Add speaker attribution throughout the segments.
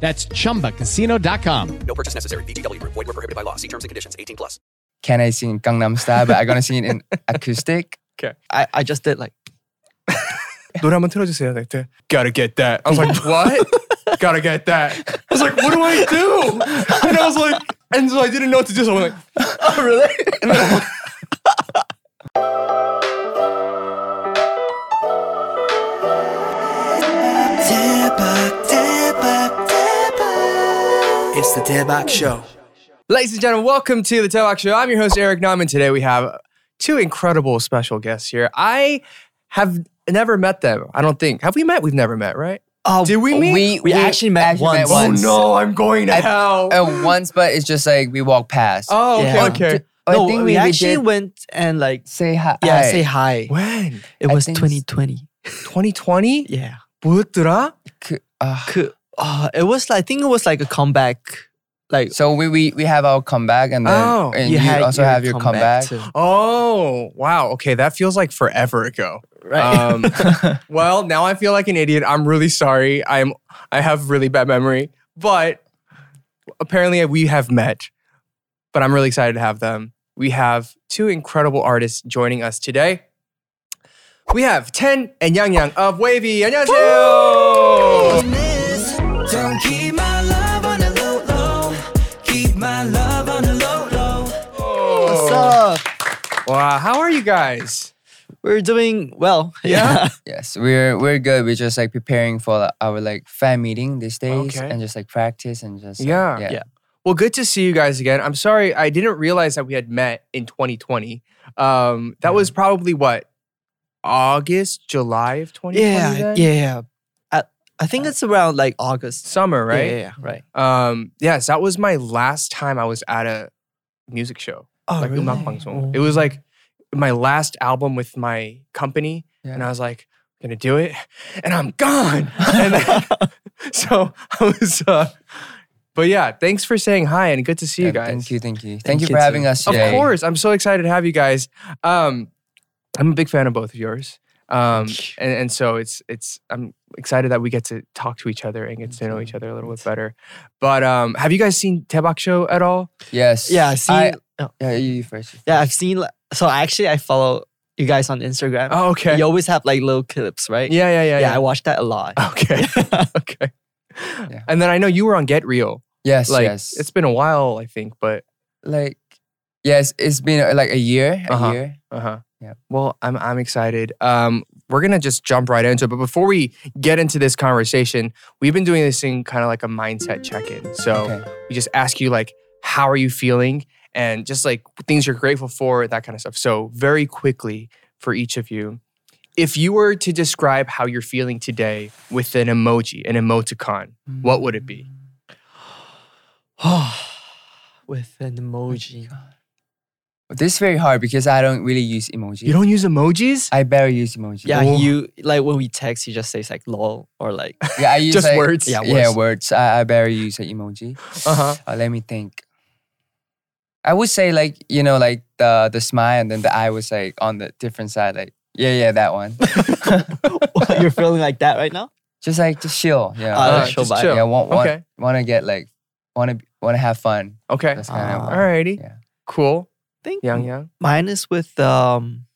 Speaker 1: That's chumbacasino.com.
Speaker 2: No purchase necessary. VGW Group. Void were prohibited by law. See terms and conditions. 18 plus.
Speaker 3: can I sing Gangnam Style, but I'm gonna sing it in acoustic.
Speaker 4: Okay.
Speaker 3: I, I just did like
Speaker 4: 노래 한번 틀어주세요. Like, to, gotta get that. I was like,
Speaker 3: what?
Speaker 4: gotta get that. I was like, what do I do? And I was like, and so I didn't know what to do. So I'm like,
Speaker 3: oh really?
Speaker 4: it's the Debak Show. Ladies and gentlemen, welcome to the Debak Show. I'm your host Eric Nauman. Today we have two incredible special guests here. I have never met them. I don't think. Have we met? We've never met, right?
Speaker 3: Oh,
Speaker 4: Did we meet?
Speaker 3: We, we actually met once.
Speaker 5: Oh,
Speaker 4: no, Oh, I'm going to hell.
Speaker 3: Uh, once, but it's just like we walked past.
Speaker 4: Oh, okay,
Speaker 3: Or
Speaker 4: okay.
Speaker 3: d- or I think we,
Speaker 5: actually
Speaker 3: did
Speaker 5: went and like
Speaker 3: say hi.
Speaker 5: yeah, say hi.
Speaker 4: when?
Speaker 5: It
Speaker 3: I
Speaker 5: was
Speaker 3: think-
Speaker 5: 2020.
Speaker 4: 2020?
Speaker 5: Yeah.
Speaker 4: 뭐였더라?
Speaker 3: K- uh,
Speaker 5: Could, uh, it was like, I think it was like a comeback. Like
Speaker 3: so we, we we have our comeback, and then
Speaker 4: Oh,
Speaker 3: and you, also have your comeback.
Speaker 5: too,
Speaker 4: Oh, wow. Okay, that feels like forever ago.
Speaker 5: right?
Speaker 4: Um, well, now I feel like an idiot. I'm really sorry. I'm I have really bad memory, but apparently we have met. But I'm really excited to have them. We have two incredible artists joining us today. We have Ten and Yang Yang of Wavy. 안녕하세요.
Speaker 5: What's up?
Speaker 4: Wow, how are you guys?
Speaker 5: We're doing well.
Speaker 4: Yeah?
Speaker 3: yes, we're we're good. We're just like preparing for like, our like fan meeting these days,
Speaker 4: Okay.
Speaker 3: and just like practice and just like,
Speaker 4: Yeah.
Speaker 3: yeah.
Speaker 5: Yeah.
Speaker 4: Well, good to see you guys again. I'm sorry I didn't realize that we had met in 2020. Um, that was probably what August, July of 2020.
Speaker 5: Yeah. Yeah.
Speaker 4: then?
Speaker 5: yeah. I, I think it's around like August.
Speaker 4: summer,
Speaker 5: Yeah,
Speaker 4: right?
Speaker 5: Yeah, yeah, right.
Speaker 4: Um, yes, that was my last time I was at a music show,
Speaker 5: Oh,
Speaker 4: like 음악 방송. It was like my last album with my company, and I was like, I'm gonna do it, and I'm gone. and then, so I was. Uh, but yeah, thanks for saying hi and good to see you
Speaker 3: Yeah,
Speaker 4: guys.
Speaker 3: Thank you, thank you, thank,
Speaker 5: Thank
Speaker 3: you
Speaker 5: you
Speaker 3: for having
Speaker 5: too.
Speaker 3: us
Speaker 4: Of
Speaker 3: today.
Speaker 4: course, I'm so excited to have you guys. Um, I'm a big fan of both of yours, um, and, and so it's it's I'm excited that we get to talk to each other and get to know each other a little bit better. But um, have you guys seen Tebak Show at all?
Speaker 3: Yes.
Speaker 5: Yeah, I see.
Speaker 3: I-
Speaker 5: no,
Speaker 3: yeah, you you first. you
Speaker 5: yeah, I've seen. like- So actually, I follow you guys on Instagram.
Speaker 4: Oh, okay.
Speaker 5: You always have like little clips, right?
Speaker 4: yeah, yeah, yeah,
Speaker 5: Yeah, I
Speaker 4: yeah.
Speaker 5: watch that a lot.
Speaker 4: okay, okay.
Speaker 3: Yeah.
Speaker 4: And then I know you were on Get Real.
Speaker 3: Yes,
Speaker 4: Like
Speaker 3: yes.
Speaker 4: it's been a while, I think, but
Speaker 3: like yes, it's been uh, like a year, a
Speaker 4: Uh-huh.
Speaker 3: year.
Speaker 4: Uh-huh.
Speaker 3: Yep.
Speaker 4: Well, I'm I'm excited. Um, we're gonna just jump right into it. But before we get into this conversation, we've been doing this thing kind of like a mindset check-in. So
Speaker 3: Okay.
Speaker 4: we just ask you like, how are you feeling? And just like things you're grateful for, that kind of stuff. So very quickly for each of you, if you were to describe how you're feeling today with an emoji, an emoticon, what would it be?
Speaker 5: With an emoji.
Speaker 3: This is very hard because I don't really use emojis.
Speaker 4: You don't use emojis?
Speaker 3: I barely use emojis.
Speaker 5: Yeah,
Speaker 4: Woah.
Speaker 5: you like when we text, you just say like lol or like
Speaker 3: yeah, I use
Speaker 4: Just
Speaker 3: like-
Speaker 4: words?
Speaker 3: Yeah,
Speaker 5: Yeah,
Speaker 3: words. I, I barely use like emoji.
Speaker 4: Uh-huh.
Speaker 3: Uh, let me think. I would say like you know like the the smile and then the eye was like on the different side like yeah yeah that one
Speaker 5: you're feeling like that right now.
Speaker 3: just like just chill yeah
Speaker 5: Uh,
Speaker 4: Uh,
Speaker 5: that's chill
Speaker 4: just
Speaker 5: vibe.
Speaker 4: chill.
Speaker 3: yeah want want,
Speaker 4: Okay.
Speaker 3: want to get like want to want to have fun
Speaker 4: Okay. Uh,
Speaker 3: that's kind of
Speaker 5: Ah.
Speaker 3: one.
Speaker 4: Alrighty.
Speaker 3: Yeah.
Speaker 4: Cool.
Speaker 5: I think
Speaker 4: Yang Yang.
Speaker 5: mine is with um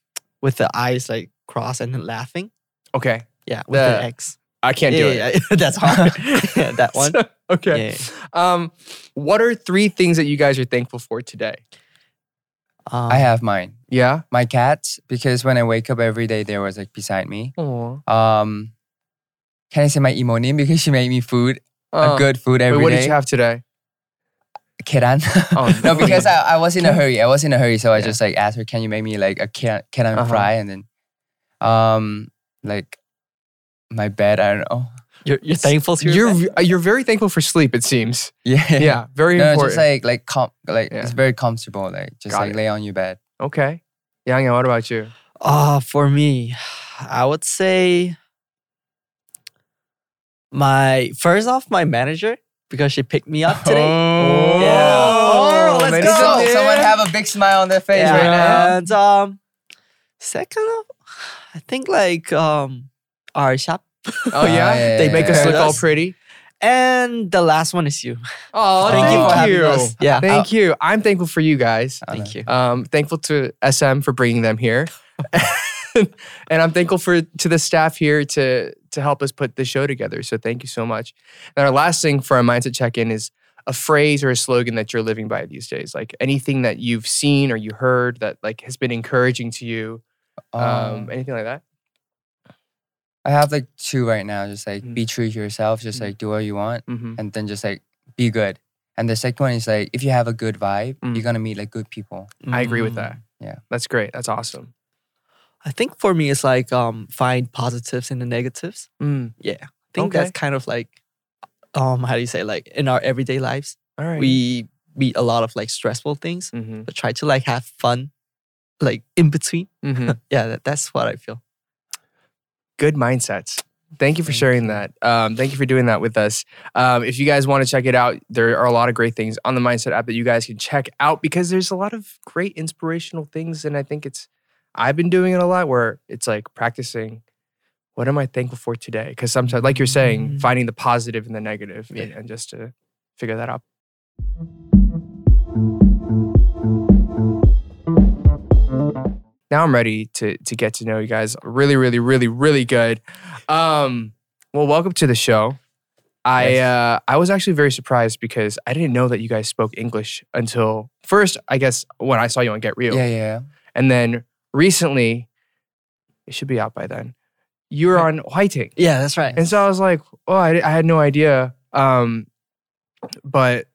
Speaker 5: with the eyes like crossed and then laughing.
Speaker 4: Okay.
Speaker 5: Yeah, with the,
Speaker 4: The-
Speaker 5: X.
Speaker 4: I can't
Speaker 5: yeah,
Speaker 4: do it.
Speaker 5: yeah, yeah. that's hard. yeah, that one.
Speaker 4: okay.
Speaker 5: Yeah.
Speaker 4: Um, what are three things that you guys are thankful for today?
Speaker 5: Um,
Speaker 3: I have mine
Speaker 4: Yeah.
Speaker 3: my cats because when I wake up every day they was like beside me
Speaker 4: Aww.
Speaker 3: um can I say my emo name because she made me food a good food every
Speaker 4: Oh.
Speaker 3: day
Speaker 4: Um, Wait, what did you have today?
Speaker 3: Keran.
Speaker 4: Oh,
Speaker 3: no, because I, I was in a
Speaker 4: Okay.
Speaker 3: hurry. I was in a hurry, so I
Speaker 4: Yeah.
Speaker 3: just like asked her, "Can you make me like a keran, keran
Speaker 4: Uh-huh.
Speaker 3: fry?" And then, um, like my bed. I don't know.
Speaker 5: You're, you're thankful to your
Speaker 4: You're v- you're very thankful for sleep. It seems.
Speaker 3: Yeah.
Speaker 4: Yeah, very
Speaker 3: No,
Speaker 4: important.
Speaker 3: just like like com- like
Speaker 4: Yeah.
Speaker 3: it's very comfortable. Like just
Speaker 4: Got
Speaker 3: like
Speaker 4: it.
Speaker 3: lay on your bed.
Speaker 4: okay, Yang, what about you?
Speaker 5: Uh, for me, I would say my first off my manager because she picked me up today.
Speaker 4: Oh,
Speaker 5: Yeah.
Speaker 4: Oh,
Speaker 5: Let's
Speaker 4: ladies
Speaker 5: go.
Speaker 4: and
Speaker 3: So,
Speaker 5: Yeah.
Speaker 3: someone have a big smile on their face
Speaker 5: Yeah,
Speaker 3: right now.
Speaker 5: And um, second off, I think like um our shop
Speaker 4: Oh yeah,
Speaker 3: Ah, yeah,
Speaker 4: they make
Speaker 3: yeah,
Speaker 4: us
Speaker 5: yeah.
Speaker 4: look all
Speaker 5: That's-
Speaker 4: pretty.
Speaker 5: and the last one is you.
Speaker 4: Oh,
Speaker 5: Thank you for
Speaker 4: thank
Speaker 5: having
Speaker 4: you.
Speaker 5: us. Yeah. Uh,
Speaker 4: Thank you. I'm thankful for you guys.
Speaker 3: I know.
Speaker 5: Thank you.
Speaker 4: Um, thankful to SM for bringing them here, and I'm thankful for to the staff here to to help us put the show together. So thank you so much. And our last thing for our mindset check in is a phrase or a slogan that you're living by these days. Like anything that you've seen or you heard that like has been encouraging to you. Um,
Speaker 3: Um,
Speaker 4: anything like that.
Speaker 3: I have like two right now. Just like
Speaker 4: Mm.
Speaker 3: be true to yourself. Just like do what you want,
Speaker 4: Mm-hmm.
Speaker 3: and then just like be good. And the second one is like if you have a good vibe,
Speaker 4: Mm.
Speaker 3: you're gonna meet like good people.
Speaker 5: Um,
Speaker 4: I agree with
Speaker 5: Mm,
Speaker 4: that.
Speaker 3: Yeah.
Speaker 4: that's great. That's awesome.
Speaker 5: I think for me, it's like um find positives in the negatives.
Speaker 4: Mm,
Speaker 5: Yeah, I think
Speaker 4: Okay.
Speaker 5: that's kind of like um how do you say like in our everyday lives
Speaker 4: All right.
Speaker 5: we meet a lot of like stressful things,
Speaker 4: hmm
Speaker 5: but try to like have fun, like in between.
Speaker 4: hmm
Speaker 5: Yeah, that, that's what I feel.
Speaker 4: good mindsets. Thank you for
Speaker 3: Thank
Speaker 4: sharing
Speaker 3: you.
Speaker 4: that. Um, thank you for doing that with us. Um, if you guys want to check it out, there are a lot of great things on the Mindset app that you guys can check out because there's a lot of great inspirational things. And I think it's, I've been doing it a lot where it's like practicing what am I thankful for today? Because sometimes, like you're saying,
Speaker 3: Mm-hmm.
Speaker 5: Mm.
Speaker 4: finding the positive and the negative and-
Speaker 5: Yeah.
Speaker 4: and just to figure that out. now I'm ready to to get to know you guys really, really, really, really good. Um, well, welcome to the show. I
Speaker 3: Yes.
Speaker 4: uh, I was actually very surprised because I didn't know that you guys spoke English until first, I guess, when I saw you on Get Real,
Speaker 3: Yeah, yeah.
Speaker 4: and then recently, it should be out by then. You were on Whiting,
Speaker 5: Yeah, that's right.
Speaker 4: and so I was like, oh, I, I had no idea. Um, but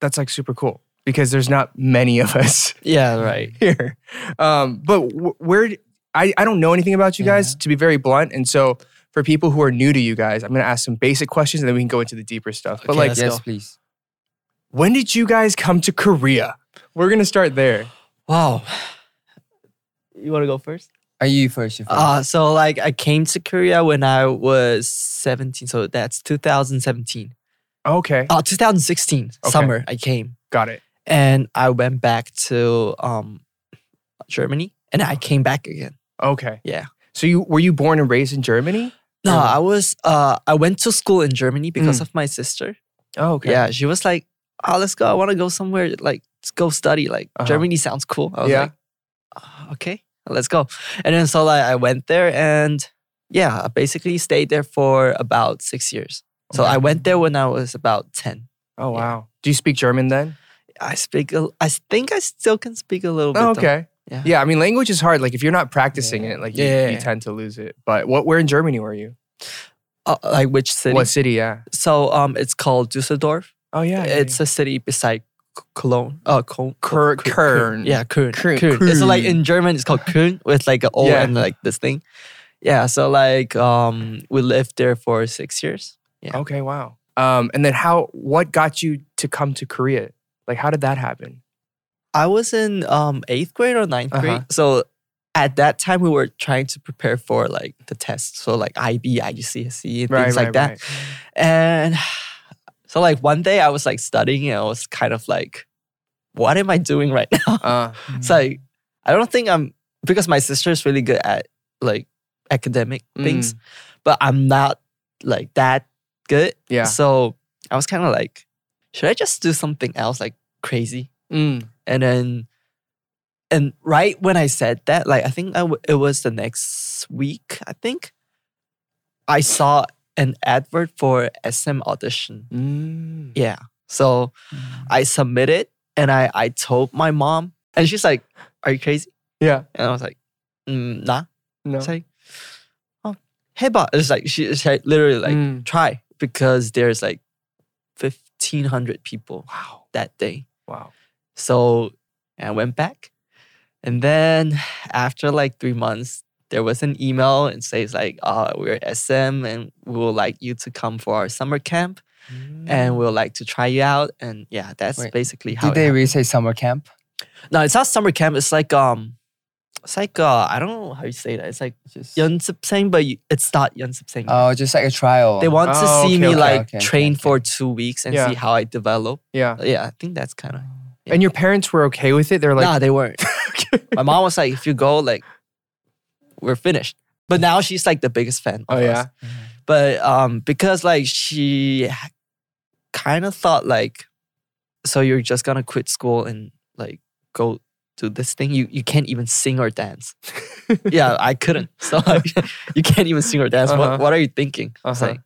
Speaker 4: that's like super cool because there's not many of us
Speaker 5: Yeah, right.
Speaker 4: here. Um, but wh- where d- I, I don't know anything about
Speaker 5: Mm-hmm.
Speaker 4: you guys, to be very blunt. And so for people who are new to you guys, I'm gonna ask some basic questions and then we can go into the deeper stuff. But
Speaker 5: Okay,
Speaker 4: like,
Speaker 5: Let's
Speaker 3: yes,
Speaker 5: go.
Speaker 3: please.
Speaker 4: when did you guys come to Korea? We're gonna start there.
Speaker 5: Wow. You want to go first?
Speaker 3: Are you first? You first.
Speaker 4: Ah,
Speaker 5: Uh, so like I came to Korea when I was 17. So that's 2017.
Speaker 4: Okay,
Speaker 5: Oh, 2016
Speaker 4: Okay.
Speaker 5: summer I came
Speaker 4: got it.
Speaker 5: and I went back to um Germany and I came back again.
Speaker 4: Okay,
Speaker 5: Yeah.
Speaker 4: So you were you born and raised in Germany? Hmm.
Speaker 5: No,
Speaker 4: Really?
Speaker 5: I was uh I went to school in Germany because of my sister.
Speaker 4: Oh, okay.
Speaker 5: Yeah, she was like, "Oh, let's go. I want to go somewhere like let's go study. Like
Speaker 4: Uh-huh.
Speaker 5: Germany sounds cool." I was
Speaker 4: Yeah.
Speaker 5: like, "Ah, "Okay, let's go." And then so like I went there and yeah, I basically stayed there for about 6 years. So
Speaker 4: Okay.
Speaker 5: I went there when I was about 10.
Speaker 4: Oh
Speaker 5: Yeah.
Speaker 4: wow. Do you speak German then?
Speaker 5: I speak a, I think I still can speak a little bit.
Speaker 4: Oh,
Speaker 5: though.
Speaker 4: okay.
Speaker 5: Yeah.
Speaker 4: Yeah. I mean, language is hard. Like if you're not practicing
Speaker 3: Yeah.
Speaker 4: it, like you,
Speaker 5: Yeah.
Speaker 4: you tend to lose it. But what? Where in Germany were you?
Speaker 5: Uh, like which city?
Speaker 4: What city? Yeah.
Speaker 5: So um it's called Düsseldorf.
Speaker 4: Oh yeah. yeah,
Speaker 5: It's a city beside C- Cologne. Uh, Cologne.
Speaker 4: Cur- Kern.
Speaker 5: Yeah, Köln.
Speaker 4: Köln.
Speaker 5: It's like
Speaker 4: Köln.
Speaker 5: in German, it's called Köln with like an O
Speaker 4: Yeah.
Speaker 5: and like this thing. Yeah, so like um, we lived there for six years. Yeah.
Speaker 4: Okay, wow. Um, and then how? What got you to come to Korea? Like, how did that happen?
Speaker 5: I was in um, eighth grade or ninth
Speaker 4: Uh-huh.
Speaker 5: grade. So at that time, we were trying to prepare for like the tests. So like IB, IGCSE, and E, things like that. And so like one day I was like studying and I was kind of like, what am I doing right now?
Speaker 4: Uh,
Speaker 5: It's like I don't think I'm because my sister is really good at like academic things, but I'm not like that good.
Speaker 4: yeah.
Speaker 5: So I was kind of like, should I just do something else like crazy?
Speaker 4: Mm.
Speaker 5: And then, and right when I said that, like I think I w- it was the next week. I think I saw an advert for SM audition.
Speaker 4: Mm.
Speaker 5: Yeah. So I submitted and I, I told my mom, and she's like, Are you crazy?
Speaker 4: Yeah.
Speaker 5: And I was like, mm, Nah.
Speaker 4: No.
Speaker 5: It's like, Oh, hey, but it's like, she, she had literally like,
Speaker 4: Mm.
Speaker 5: try because there's like 1,500 people
Speaker 4: Wow.
Speaker 5: that day.
Speaker 4: Wow.
Speaker 5: So I went back. And then after like three months, there was an email and says like, "Oh, we're SM and we would like you to come for our summer camp and we'll like to try you out." And yeah, that's
Speaker 3: Mm. Wait,
Speaker 5: basically how.
Speaker 3: Did
Speaker 5: it
Speaker 3: they
Speaker 5: happened.
Speaker 3: really say summer camp?
Speaker 5: no, it's not summer camp. It's like um, it's like uh, I don't know how you say that. It's like
Speaker 3: Just,
Speaker 5: Yeonsupseng, but you, it's not Yeonsupseng.
Speaker 3: oh, just like a trial.
Speaker 5: they want
Speaker 4: Oh,
Speaker 5: to see
Speaker 4: okay,
Speaker 5: me
Speaker 4: okay,
Speaker 5: like
Speaker 3: okay, okay,
Speaker 5: train
Speaker 3: okay.
Speaker 5: for two weeks and
Speaker 4: Yeah.
Speaker 5: see how I develop.
Speaker 4: yeah.
Speaker 5: Yeah, I think that's kind of.
Speaker 4: And your parents were okay with it. They're like,
Speaker 5: nah, they weren't. My mom was like, if you go, like, we're finished. But now she's like the biggest fan.
Speaker 4: oh
Speaker 5: Of
Speaker 4: yeah,
Speaker 5: Us. But um, because like she kind of thought like, so you're just gonna quit school and like go do this thing. You you can't even sing or dance. yeah, I couldn't. So like, you can't even sing or dance.
Speaker 4: Uh-huh.
Speaker 5: What what are you thinking? I was
Speaker 4: Uh-huh.
Speaker 5: like,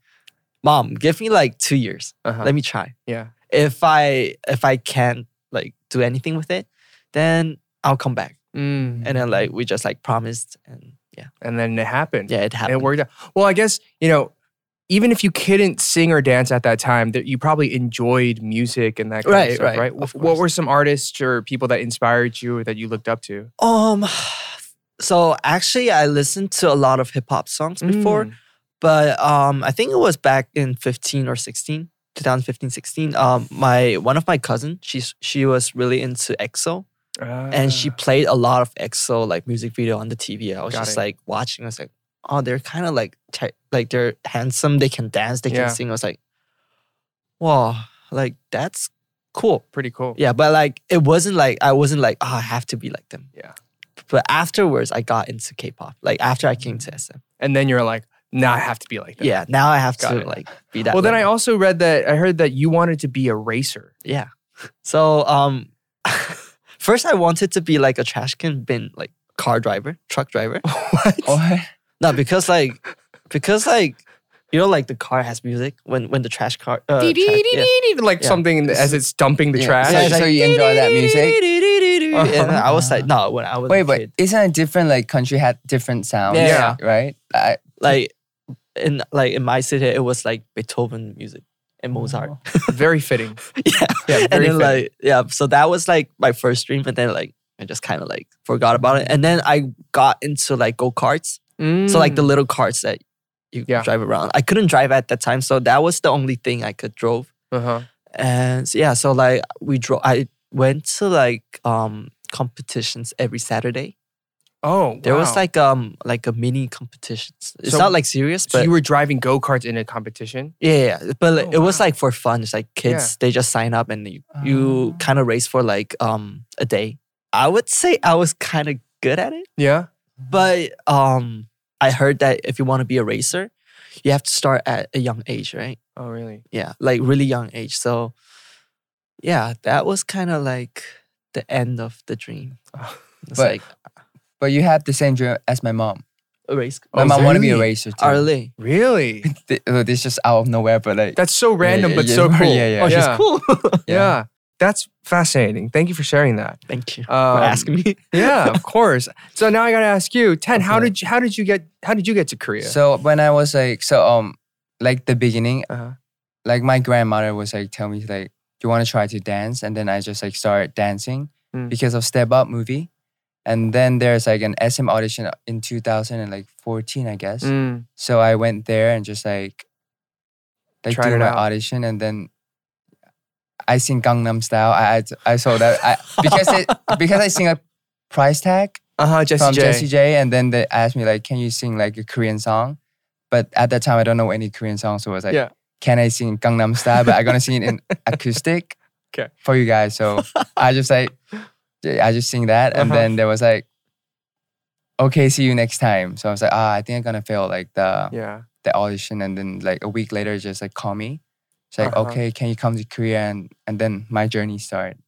Speaker 5: mom, give me like two years.
Speaker 4: uh-huh.
Speaker 5: Let me try
Speaker 4: yeah.
Speaker 5: if I if I can't like do anything with it, then I'll come back.
Speaker 4: Mm.
Speaker 5: And then like we just like promised and yeah.
Speaker 4: And then it happened.
Speaker 5: Yeah, it
Speaker 4: And
Speaker 5: happened.
Speaker 4: It worked out. Well, I guess, you know, even if you couldn't sing or dance at that time, that you probably enjoyed music and that kind
Speaker 5: Right,
Speaker 4: of stuff,
Speaker 5: right,
Speaker 4: right?
Speaker 5: of
Speaker 4: Wh- what
Speaker 5: course.
Speaker 4: were some artists or people that inspired you or that you looked up to?
Speaker 5: Um so actually I listened to a lot of hip hop songs before,
Speaker 4: Mm.
Speaker 5: but um I think it was back in 15 or 16, 2015, 16. Um my one of my cousin, she's she was really into EXO and she
Speaker 4: Ah.
Speaker 5: played a lot of EXO like music video on the TV. I was
Speaker 4: Got
Speaker 5: just
Speaker 4: it.
Speaker 5: like watching. I was like, oh, they're kind of like te- like they're handsome. They can dance. They
Speaker 4: Yeah.
Speaker 5: can sing. I was like, wow, like that's cool.
Speaker 4: Ah. pretty cool.
Speaker 5: Yeah, but like it wasn't like I wasn't like oh, I have to be like them.
Speaker 4: Yeah.
Speaker 5: But afterwards, I got into K-pop. Like after I came to SM,
Speaker 4: And then you're like, now I have to be like that.
Speaker 5: yeah. Now I have
Speaker 4: Mm. Got
Speaker 5: to
Speaker 4: it.
Speaker 5: like be that.
Speaker 4: Well, then I
Speaker 5: level.
Speaker 4: also read that I heard that you wanted to be a racer.
Speaker 5: yeah. So um, first I wanted to be like a trash can bin like car driver, truck driver.
Speaker 4: what?
Speaker 3: What?
Speaker 5: No, because like, because like, you know, like the car has music when when the trash car. Uh, trash, yeah.
Speaker 4: Like
Speaker 5: Yeah.
Speaker 4: something as it's dumping the
Speaker 3: Yeah.
Speaker 4: trash.
Speaker 3: So-
Speaker 5: it's
Speaker 3: so you enjoy that music?
Speaker 5: And then I was like, no, when I was a
Speaker 3: Wait, but
Speaker 5: kid,
Speaker 3: isn't it different? Like country had different sounds.
Speaker 4: Yeah.
Speaker 3: Right. I,
Speaker 5: like in like in my city, it was like Beethoven music and Mozart.
Speaker 3: Oh.
Speaker 4: Very fitting.
Speaker 5: yeah,
Speaker 4: Yeah,
Speaker 5: and
Speaker 4: very fitting.
Speaker 5: then like yeah, so that was like my first dream, and then like I just kind of like forgot about it, and then I got into like go karts. So like the little carts that you
Speaker 4: Yeah.
Speaker 5: drive around. I couldn't drive at that time, so that was the only thing I could drove.
Speaker 4: uh-huh.
Speaker 5: And so, yeah, so like we drove. I went to like um competitions every Saturday.
Speaker 4: Oh,
Speaker 5: There was
Speaker 4: wow.
Speaker 5: like um like a mini competitions. It's
Speaker 4: So-
Speaker 5: not like serious,
Speaker 4: so
Speaker 5: but
Speaker 4: you were driving go karts in a competition.
Speaker 5: yeah, yeah, yeah. But like,
Speaker 4: Oh,
Speaker 5: it was
Speaker 4: wow.
Speaker 5: like for fun. It's like kids. They just sign up and you, you
Speaker 3: Ah.
Speaker 5: kind of race for like um a day. I would say I was kind of good at it.
Speaker 4: Yeah.
Speaker 5: But um, I heard that if you want to be a racer, you have to start at a young age, right?
Speaker 4: Oh, really?
Speaker 5: Yeah, like really young age. So, yeah, that was kind of like the end of the dream. It's
Speaker 3: But-
Speaker 5: like
Speaker 3: but you have the same dream as my mom.
Speaker 5: a race.
Speaker 3: My
Speaker 4: Oh,
Speaker 3: mom wanted to be a
Speaker 4: really?
Speaker 3: racer too.
Speaker 5: Arlie.
Speaker 4: Really?
Speaker 3: Th- oh, This is just out of nowhere, but like
Speaker 4: That's so random,
Speaker 3: yeah,
Speaker 4: but
Speaker 3: yeah.
Speaker 4: so cool.
Speaker 3: Yeah, yeah.
Speaker 5: Oh, she's
Speaker 4: yeah.
Speaker 5: cool.
Speaker 4: Yeah. That's fascinating. Thank you for sharing that.
Speaker 5: Thank you
Speaker 4: Um,
Speaker 5: for asking me.
Speaker 4: yeah, of course. So now I gotta ask you, Ten, how
Speaker 3: Okay.
Speaker 4: did you how did you get how did you get to Korea?
Speaker 3: So when I was like, so um, like the beginning,
Speaker 4: Uh-huh.
Speaker 3: like my grandmother was like, tell me like, do you want to try to dance? And then I just like started dancing
Speaker 4: Mm.
Speaker 3: because of Step Up movie, and then there's like an SM audition in 2014, I guess.
Speaker 4: Mm,
Speaker 3: So I went there and just like, like
Speaker 4: Tried
Speaker 3: do
Speaker 4: it
Speaker 3: my
Speaker 4: out.
Speaker 3: audition, and then I sing Gangnam Style. I I, I saw that I, because it because I sing like Price Tag
Speaker 4: uh-huh, Jesse
Speaker 3: from
Speaker 4: J.
Speaker 3: Jesse J. And then they asked me like, can you sing like a Korean song? But at that time, I don't know any Korean song, so I was like,
Speaker 4: Yeah.
Speaker 3: can I sing Gangnam Style? But I'm gonna sing it in acoustic
Speaker 4: Okay.
Speaker 3: for you guys. So I just like, I just sing that, and
Speaker 4: Uh-huh.
Speaker 3: then there was like, okay, see you next time. So I was like, ah, I think I'm gonna fail like the
Speaker 4: Yeah.
Speaker 3: the audition, and then like a week later, just like call me. She's like,
Speaker 4: Uh-huh.
Speaker 3: okay, can you come to Korea? And and then my journey started.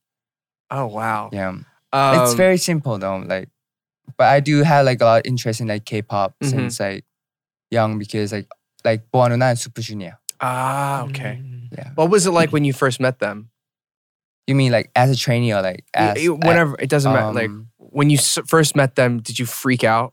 Speaker 4: Oh wow.
Speaker 3: Yeah
Speaker 4: Um,
Speaker 3: it's very simple though. Like, but I do have like a lot of interest in like K-pop
Speaker 4: Mhm.
Speaker 3: since like young because like like Boanuna and Super Junior.
Speaker 4: Ah,
Speaker 3: Mm.
Speaker 4: okay.
Speaker 3: Yeah.
Speaker 4: What was it like when you first met them?
Speaker 3: You mean like as a trainee or like
Speaker 4: Y-
Speaker 3: as
Speaker 4: y- Whenever it doesn't matter. Like
Speaker 3: um,
Speaker 4: when you s- first met them, did you freak out?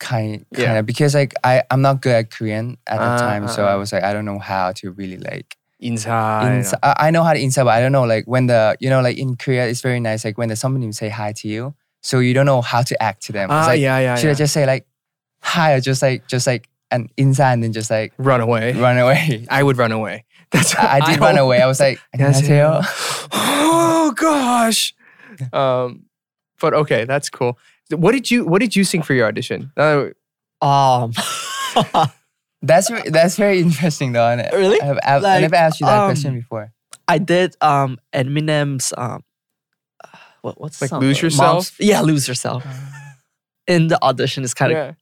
Speaker 3: kind
Speaker 4: Yeah.
Speaker 3: kind of because like I I'm not good at Korean at the
Speaker 4: Ah,
Speaker 3: time,
Speaker 4: ah,
Speaker 3: so I
Speaker 4: ah.
Speaker 3: was like I don't know how to really like
Speaker 4: Inside.
Speaker 3: inside. I, I know how to inside, but I don't know like when the you know like in Korea it's very nice like when the somebody say hi to you. so you don't know how to act to them. It's
Speaker 4: Ah,
Speaker 3: like,
Speaker 4: yeah, yeah,
Speaker 3: Should
Speaker 4: yeah.
Speaker 3: I just say like hi or just like just like an inside and then just like
Speaker 4: Run away.
Speaker 3: run away?
Speaker 4: I would run away. That's
Speaker 3: I, I did run away. I was like, 안녕하세요.
Speaker 4: oh gosh. Um, but okay, that's cool. What did you What did you sing for your audition? Uh,
Speaker 5: Um,
Speaker 3: That's ve- that's very interesting though. and I-
Speaker 5: Really?
Speaker 3: I've, I've, I
Speaker 5: Like,
Speaker 3: never asked you that
Speaker 5: um,
Speaker 3: question before.
Speaker 5: I did um Eminem's um, uh, what what's the
Speaker 4: Like
Speaker 5: song?
Speaker 4: Lose Yourself?
Speaker 5: Mom's- yeah, lose yourself. In the audition, it's kind of.
Speaker 4: yeah.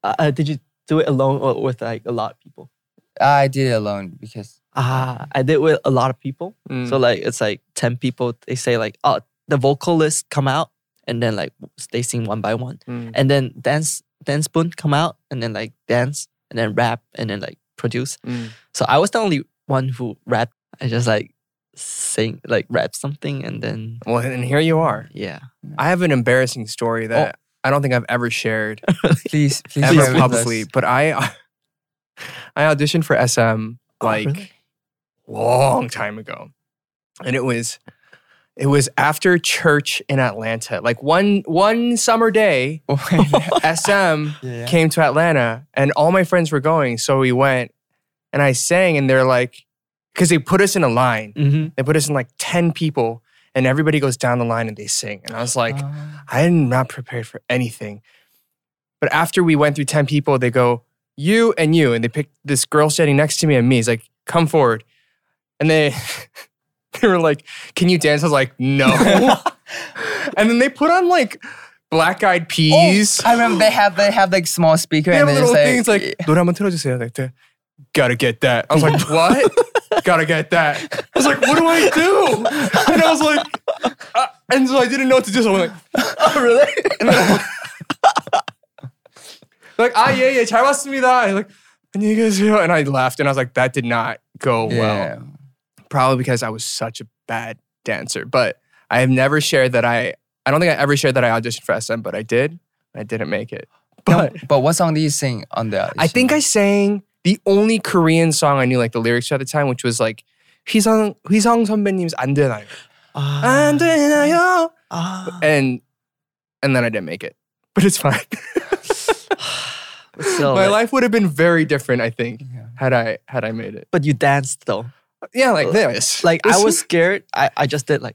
Speaker 5: Uh, uh, did you do it alone or with like a lot of people?
Speaker 3: I did it alone because
Speaker 5: Ah, I did with a lot of people.
Speaker 4: Mm.
Speaker 5: So like it's like ten people. They say like, oh, the vocalists come out, and then like they sing one by one,
Speaker 4: Mm.
Speaker 5: and then dance dance spoon come out, and then like dance, and then rap, and then like produce.
Speaker 4: Mm.
Speaker 5: So I was the only one who rapped. I just like sing like rap something, and then
Speaker 4: Well, and here you are.
Speaker 5: yeah,
Speaker 4: I have an embarrassing story that I don't think I've ever shared
Speaker 3: Oh. please please share with us.
Speaker 4: ever publicly. But I I auditioned for SM
Speaker 5: Oh,
Speaker 4: like
Speaker 5: really?
Speaker 4: long time ago, and it was it was after church in Atlanta. Like one one summer day, Oh. SM
Speaker 3: Yeah.
Speaker 4: came to Atlanta and all my friends were going. So we went and I sang, and they're like, because they put us in a line,
Speaker 3: Hmm?
Speaker 5: Mhm.
Speaker 4: they put us in like 10 people, and everybody goes down the line and they sing. And I was like,
Speaker 3: Ah.
Speaker 4: I'm not prepared for anything. But after we went through 10 people, they go, you and you. And they picked this girl standing next to me and me. It's like, come forward. And they they were like, Can you dance? I was like, no. and then they put on like black eyed peas.
Speaker 3: I remember they have they have like small speaker
Speaker 4: Oh, They have
Speaker 3: and
Speaker 4: a
Speaker 3: then
Speaker 4: little
Speaker 3: it's like,
Speaker 4: thing. It's like, "노래한번 틀어주세요." like that. Gotta get that. I was like, what? Gotta get that. I was like, what do I do? And I was like, uh, and so I didn't know what to do. So I'm like, oh really? And then I'm like, ah yeah yeah, 잘 봤습니다. And like, 안녕히 계세요. And I laughed, and I was like, that did not go
Speaker 3: yeah.
Speaker 4: well. Probably because I was such a bad dancer. But I have never shared that I. I don't think I ever shared that I auditioned for SM, but I did. I didn't make it.
Speaker 3: No,
Speaker 4: But
Speaker 3: but what song do you sing on the audition?
Speaker 4: I think I sang the only Korean song I knew like the lyrics to at the time, which was like 휘성 휘성 선배님's 안 되나요?
Speaker 5: Ah,
Speaker 4: 안 되나요?
Speaker 5: ah.
Speaker 4: And and then I didn't make it, but it's fine.
Speaker 5: So,
Speaker 4: My life
Speaker 5: like-
Speaker 4: would have been very different, I think,
Speaker 3: Yeah.
Speaker 4: had I had I made it.
Speaker 5: but you danced though.
Speaker 4: Yeah, like this.
Speaker 5: Like I
Speaker 4: This-
Speaker 5: was scared. I, I just did like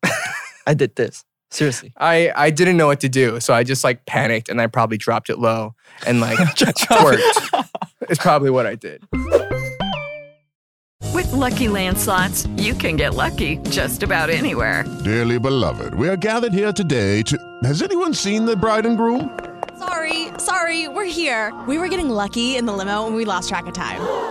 Speaker 5: I did this. Seriously.
Speaker 4: I I didn't know what to do, so I just like panicked and I probably dropped it low and like twerked. It's probably what I did.
Speaker 6: With Lucky Land slots, you can get lucky just about anywhere.
Speaker 7: Dearly beloved, we are gathered here today to. Has anyone seen the bride and groom?
Speaker 8: Sorry, sorry, we're here. We were getting lucky in the limo and we lost track of time.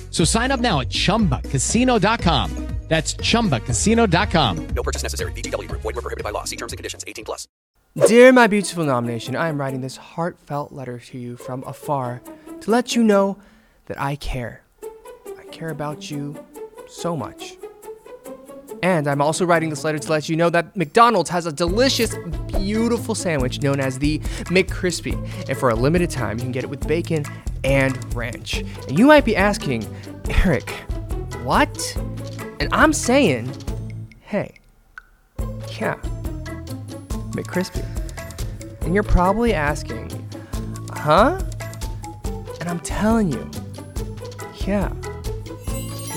Speaker 1: So sign up now at chumbacasino.com. That's chumbacasino.com.
Speaker 2: No purchase necessary. VGW Group. Void were prohibited by law. See terms and conditions. 18 plus.
Speaker 4: Dear my beautiful nomination, I am writing this heartfelt letter to you from afar to let you know that I care. I care about you so much. And I'm also writing this letter to let you know that McDonald's has a delicious, beautiful sandwich known as the McCrispy. And for a limited time, you can get it with bacon and ranch. And you might be asking, Eric, what? And I'm saying, hey, yeah, McCrispy. And you're probably asking, huh? And I'm telling you, yeah.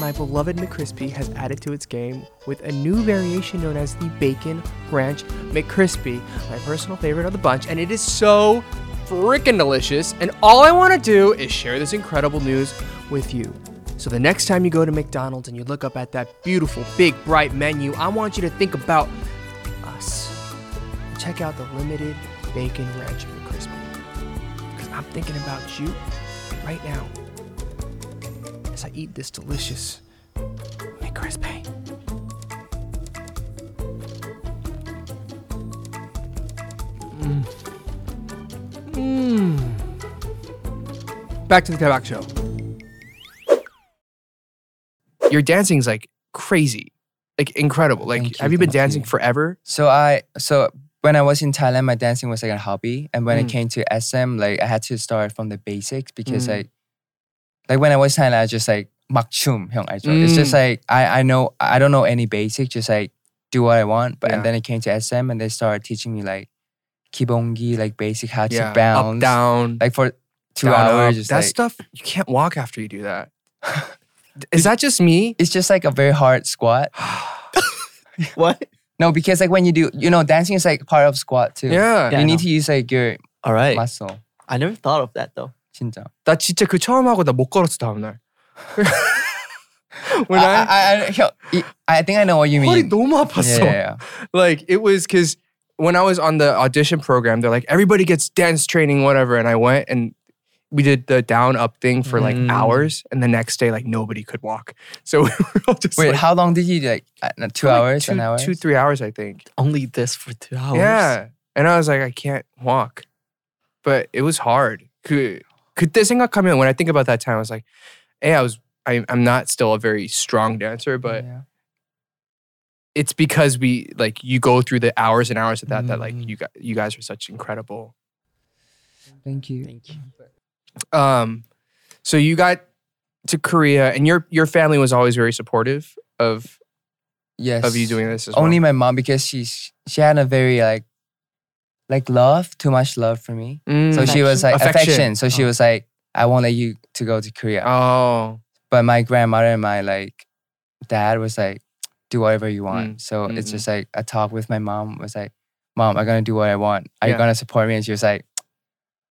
Speaker 4: My beloved McCrispy has added to its game with a new variation known as the Bacon Ranch McCrispy, my personal favorite of the bunch, and it is so freaking delicious. And all I want to do is share this incredible news with you. So the next time you go to McDonald's and you look up at that beautiful, big, bright menu, I want you to think about us check out the limited bacon ranch McCrispy. Because I'm thinking about you right now as I eat this delicious McCrispy. Mm. Mm. Back to the Kebab Show. Your dancing's like crazy, like incredible. Like,
Speaker 3: Thank you,
Speaker 4: have you been
Speaker 3: thank you.
Speaker 4: dancing forever?
Speaker 3: So I so when I was in Thailand, my dancing was like a hobby, and when
Speaker 4: Mm.
Speaker 3: I came to SM, like I had to start from the basics because
Speaker 4: Mm.
Speaker 3: like like when I was in Thailand, I just like mak chum hyung I joined. It's
Speaker 4: Mm.
Speaker 3: just like I I know I don't know any basic, just like do what I want. But
Speaker 4: Yeah.
Speaker 3: and then I came to SM, and they started teaching me like kibongi, like basic how to
Speaker 4: Up,
Speaker 3: bounce,
Speaker 4: down.
Speaker 3: like for two
Speaker 4: down,
Speaker 3: hours.
Speaker 4: up.
Speaker 3: Just
Speaker 4: that
Speaker 3: like,
Speaker 4: stuff you can't walk after you do that. Is that just me?
Speaker 3: it's just like a very hard squat.
Speaker 5: What?
Speaker 3: No, because like when you do, you know, dancing is like part of squat too.
Speaker 4: Yeah.
Speaker 5: Yeah.
Speaker 3: you
Speaker 5: I
Speaker 3: need to
Speaker 5: know.
Speaker 3: use like your
Speaker 5: All right.
Speaker 3: muscle.
Speaker 5: I never thought of that though.
Speaker 3: 진짜.
Speaker 4: 나 진짜 그 처음 하고 나 못 걸었어 다음 날. when
Speaker 3: I,
Speaker 4: I,
Speaker 3: I, I, 형, 이- I think I know what you mean.
Speaker 4: 허리 너무
Speaker 3: Yeah,
Speaker 4: 아팠어.
Speaker 3: yeah,
Speaker 4: Like it was because when I was on the audition program, they're like everybody gets dance training, whatever, and I went and we did the down up thing for like
Speaker 5: Mm.
Speaker 4: hours, and the next day like nobody could walk, so we were all just
Speaker 3: Wait,
Speaker 4: like,
Speaker 3: how long did you do? like? uh, no, Two
Speaker 4: like,
Speaker 3: hours,
Speaker 4: two,
Speaker 3: an hour?
Speaker 4: two three hours, I think.
Speaker 5: Only this for two
Speaker 3: Oh,
Speaker 5: hours.
Speaker 4: Yeah. And I was like, I can't walk. But it was hard. 그, 그때 생각하면, when I think about that time, I was like, hey, I was, I, I'm not still a very strong dancer, but
Speaker 3: Yeah.
Speaker 4: it's because we, like, you go through the hours and hours of that, that, like,
Speaker 3: Mm.
Speaker 4: you, gu- you guys are such incredible.
Speaker 3: Thank you.
Speaker 5: Thank you.
Speaker 4: Um, so you got to Korea and your, your family was always very supportive of,
Speaker 3: Yes.
Speaker 4: of you doing this as
Speaker 3: Only my
Speaker 4: well.
Speaker 3: mom because she's she had a very like like love, too much love for me.
Speaker 4: Mm.
Speaker 3: So she was like
Speaker 4: Affection.
Speaker 3: affection. So she
Speaker 4: Oh.
Speaker 3: was like, I want you to go to Korea.
Speaker 4: oh,
Speaker 3: But my grandmother and my like dad was like, do whatever you want. So it's
Speaker 4: mm,
Speaker 3: just like a talk with my mom was like, Mom, I'm gonna do what I want. Are
Speaker 4: Yeah.
Speaker 3: you gonna support me? And she was like,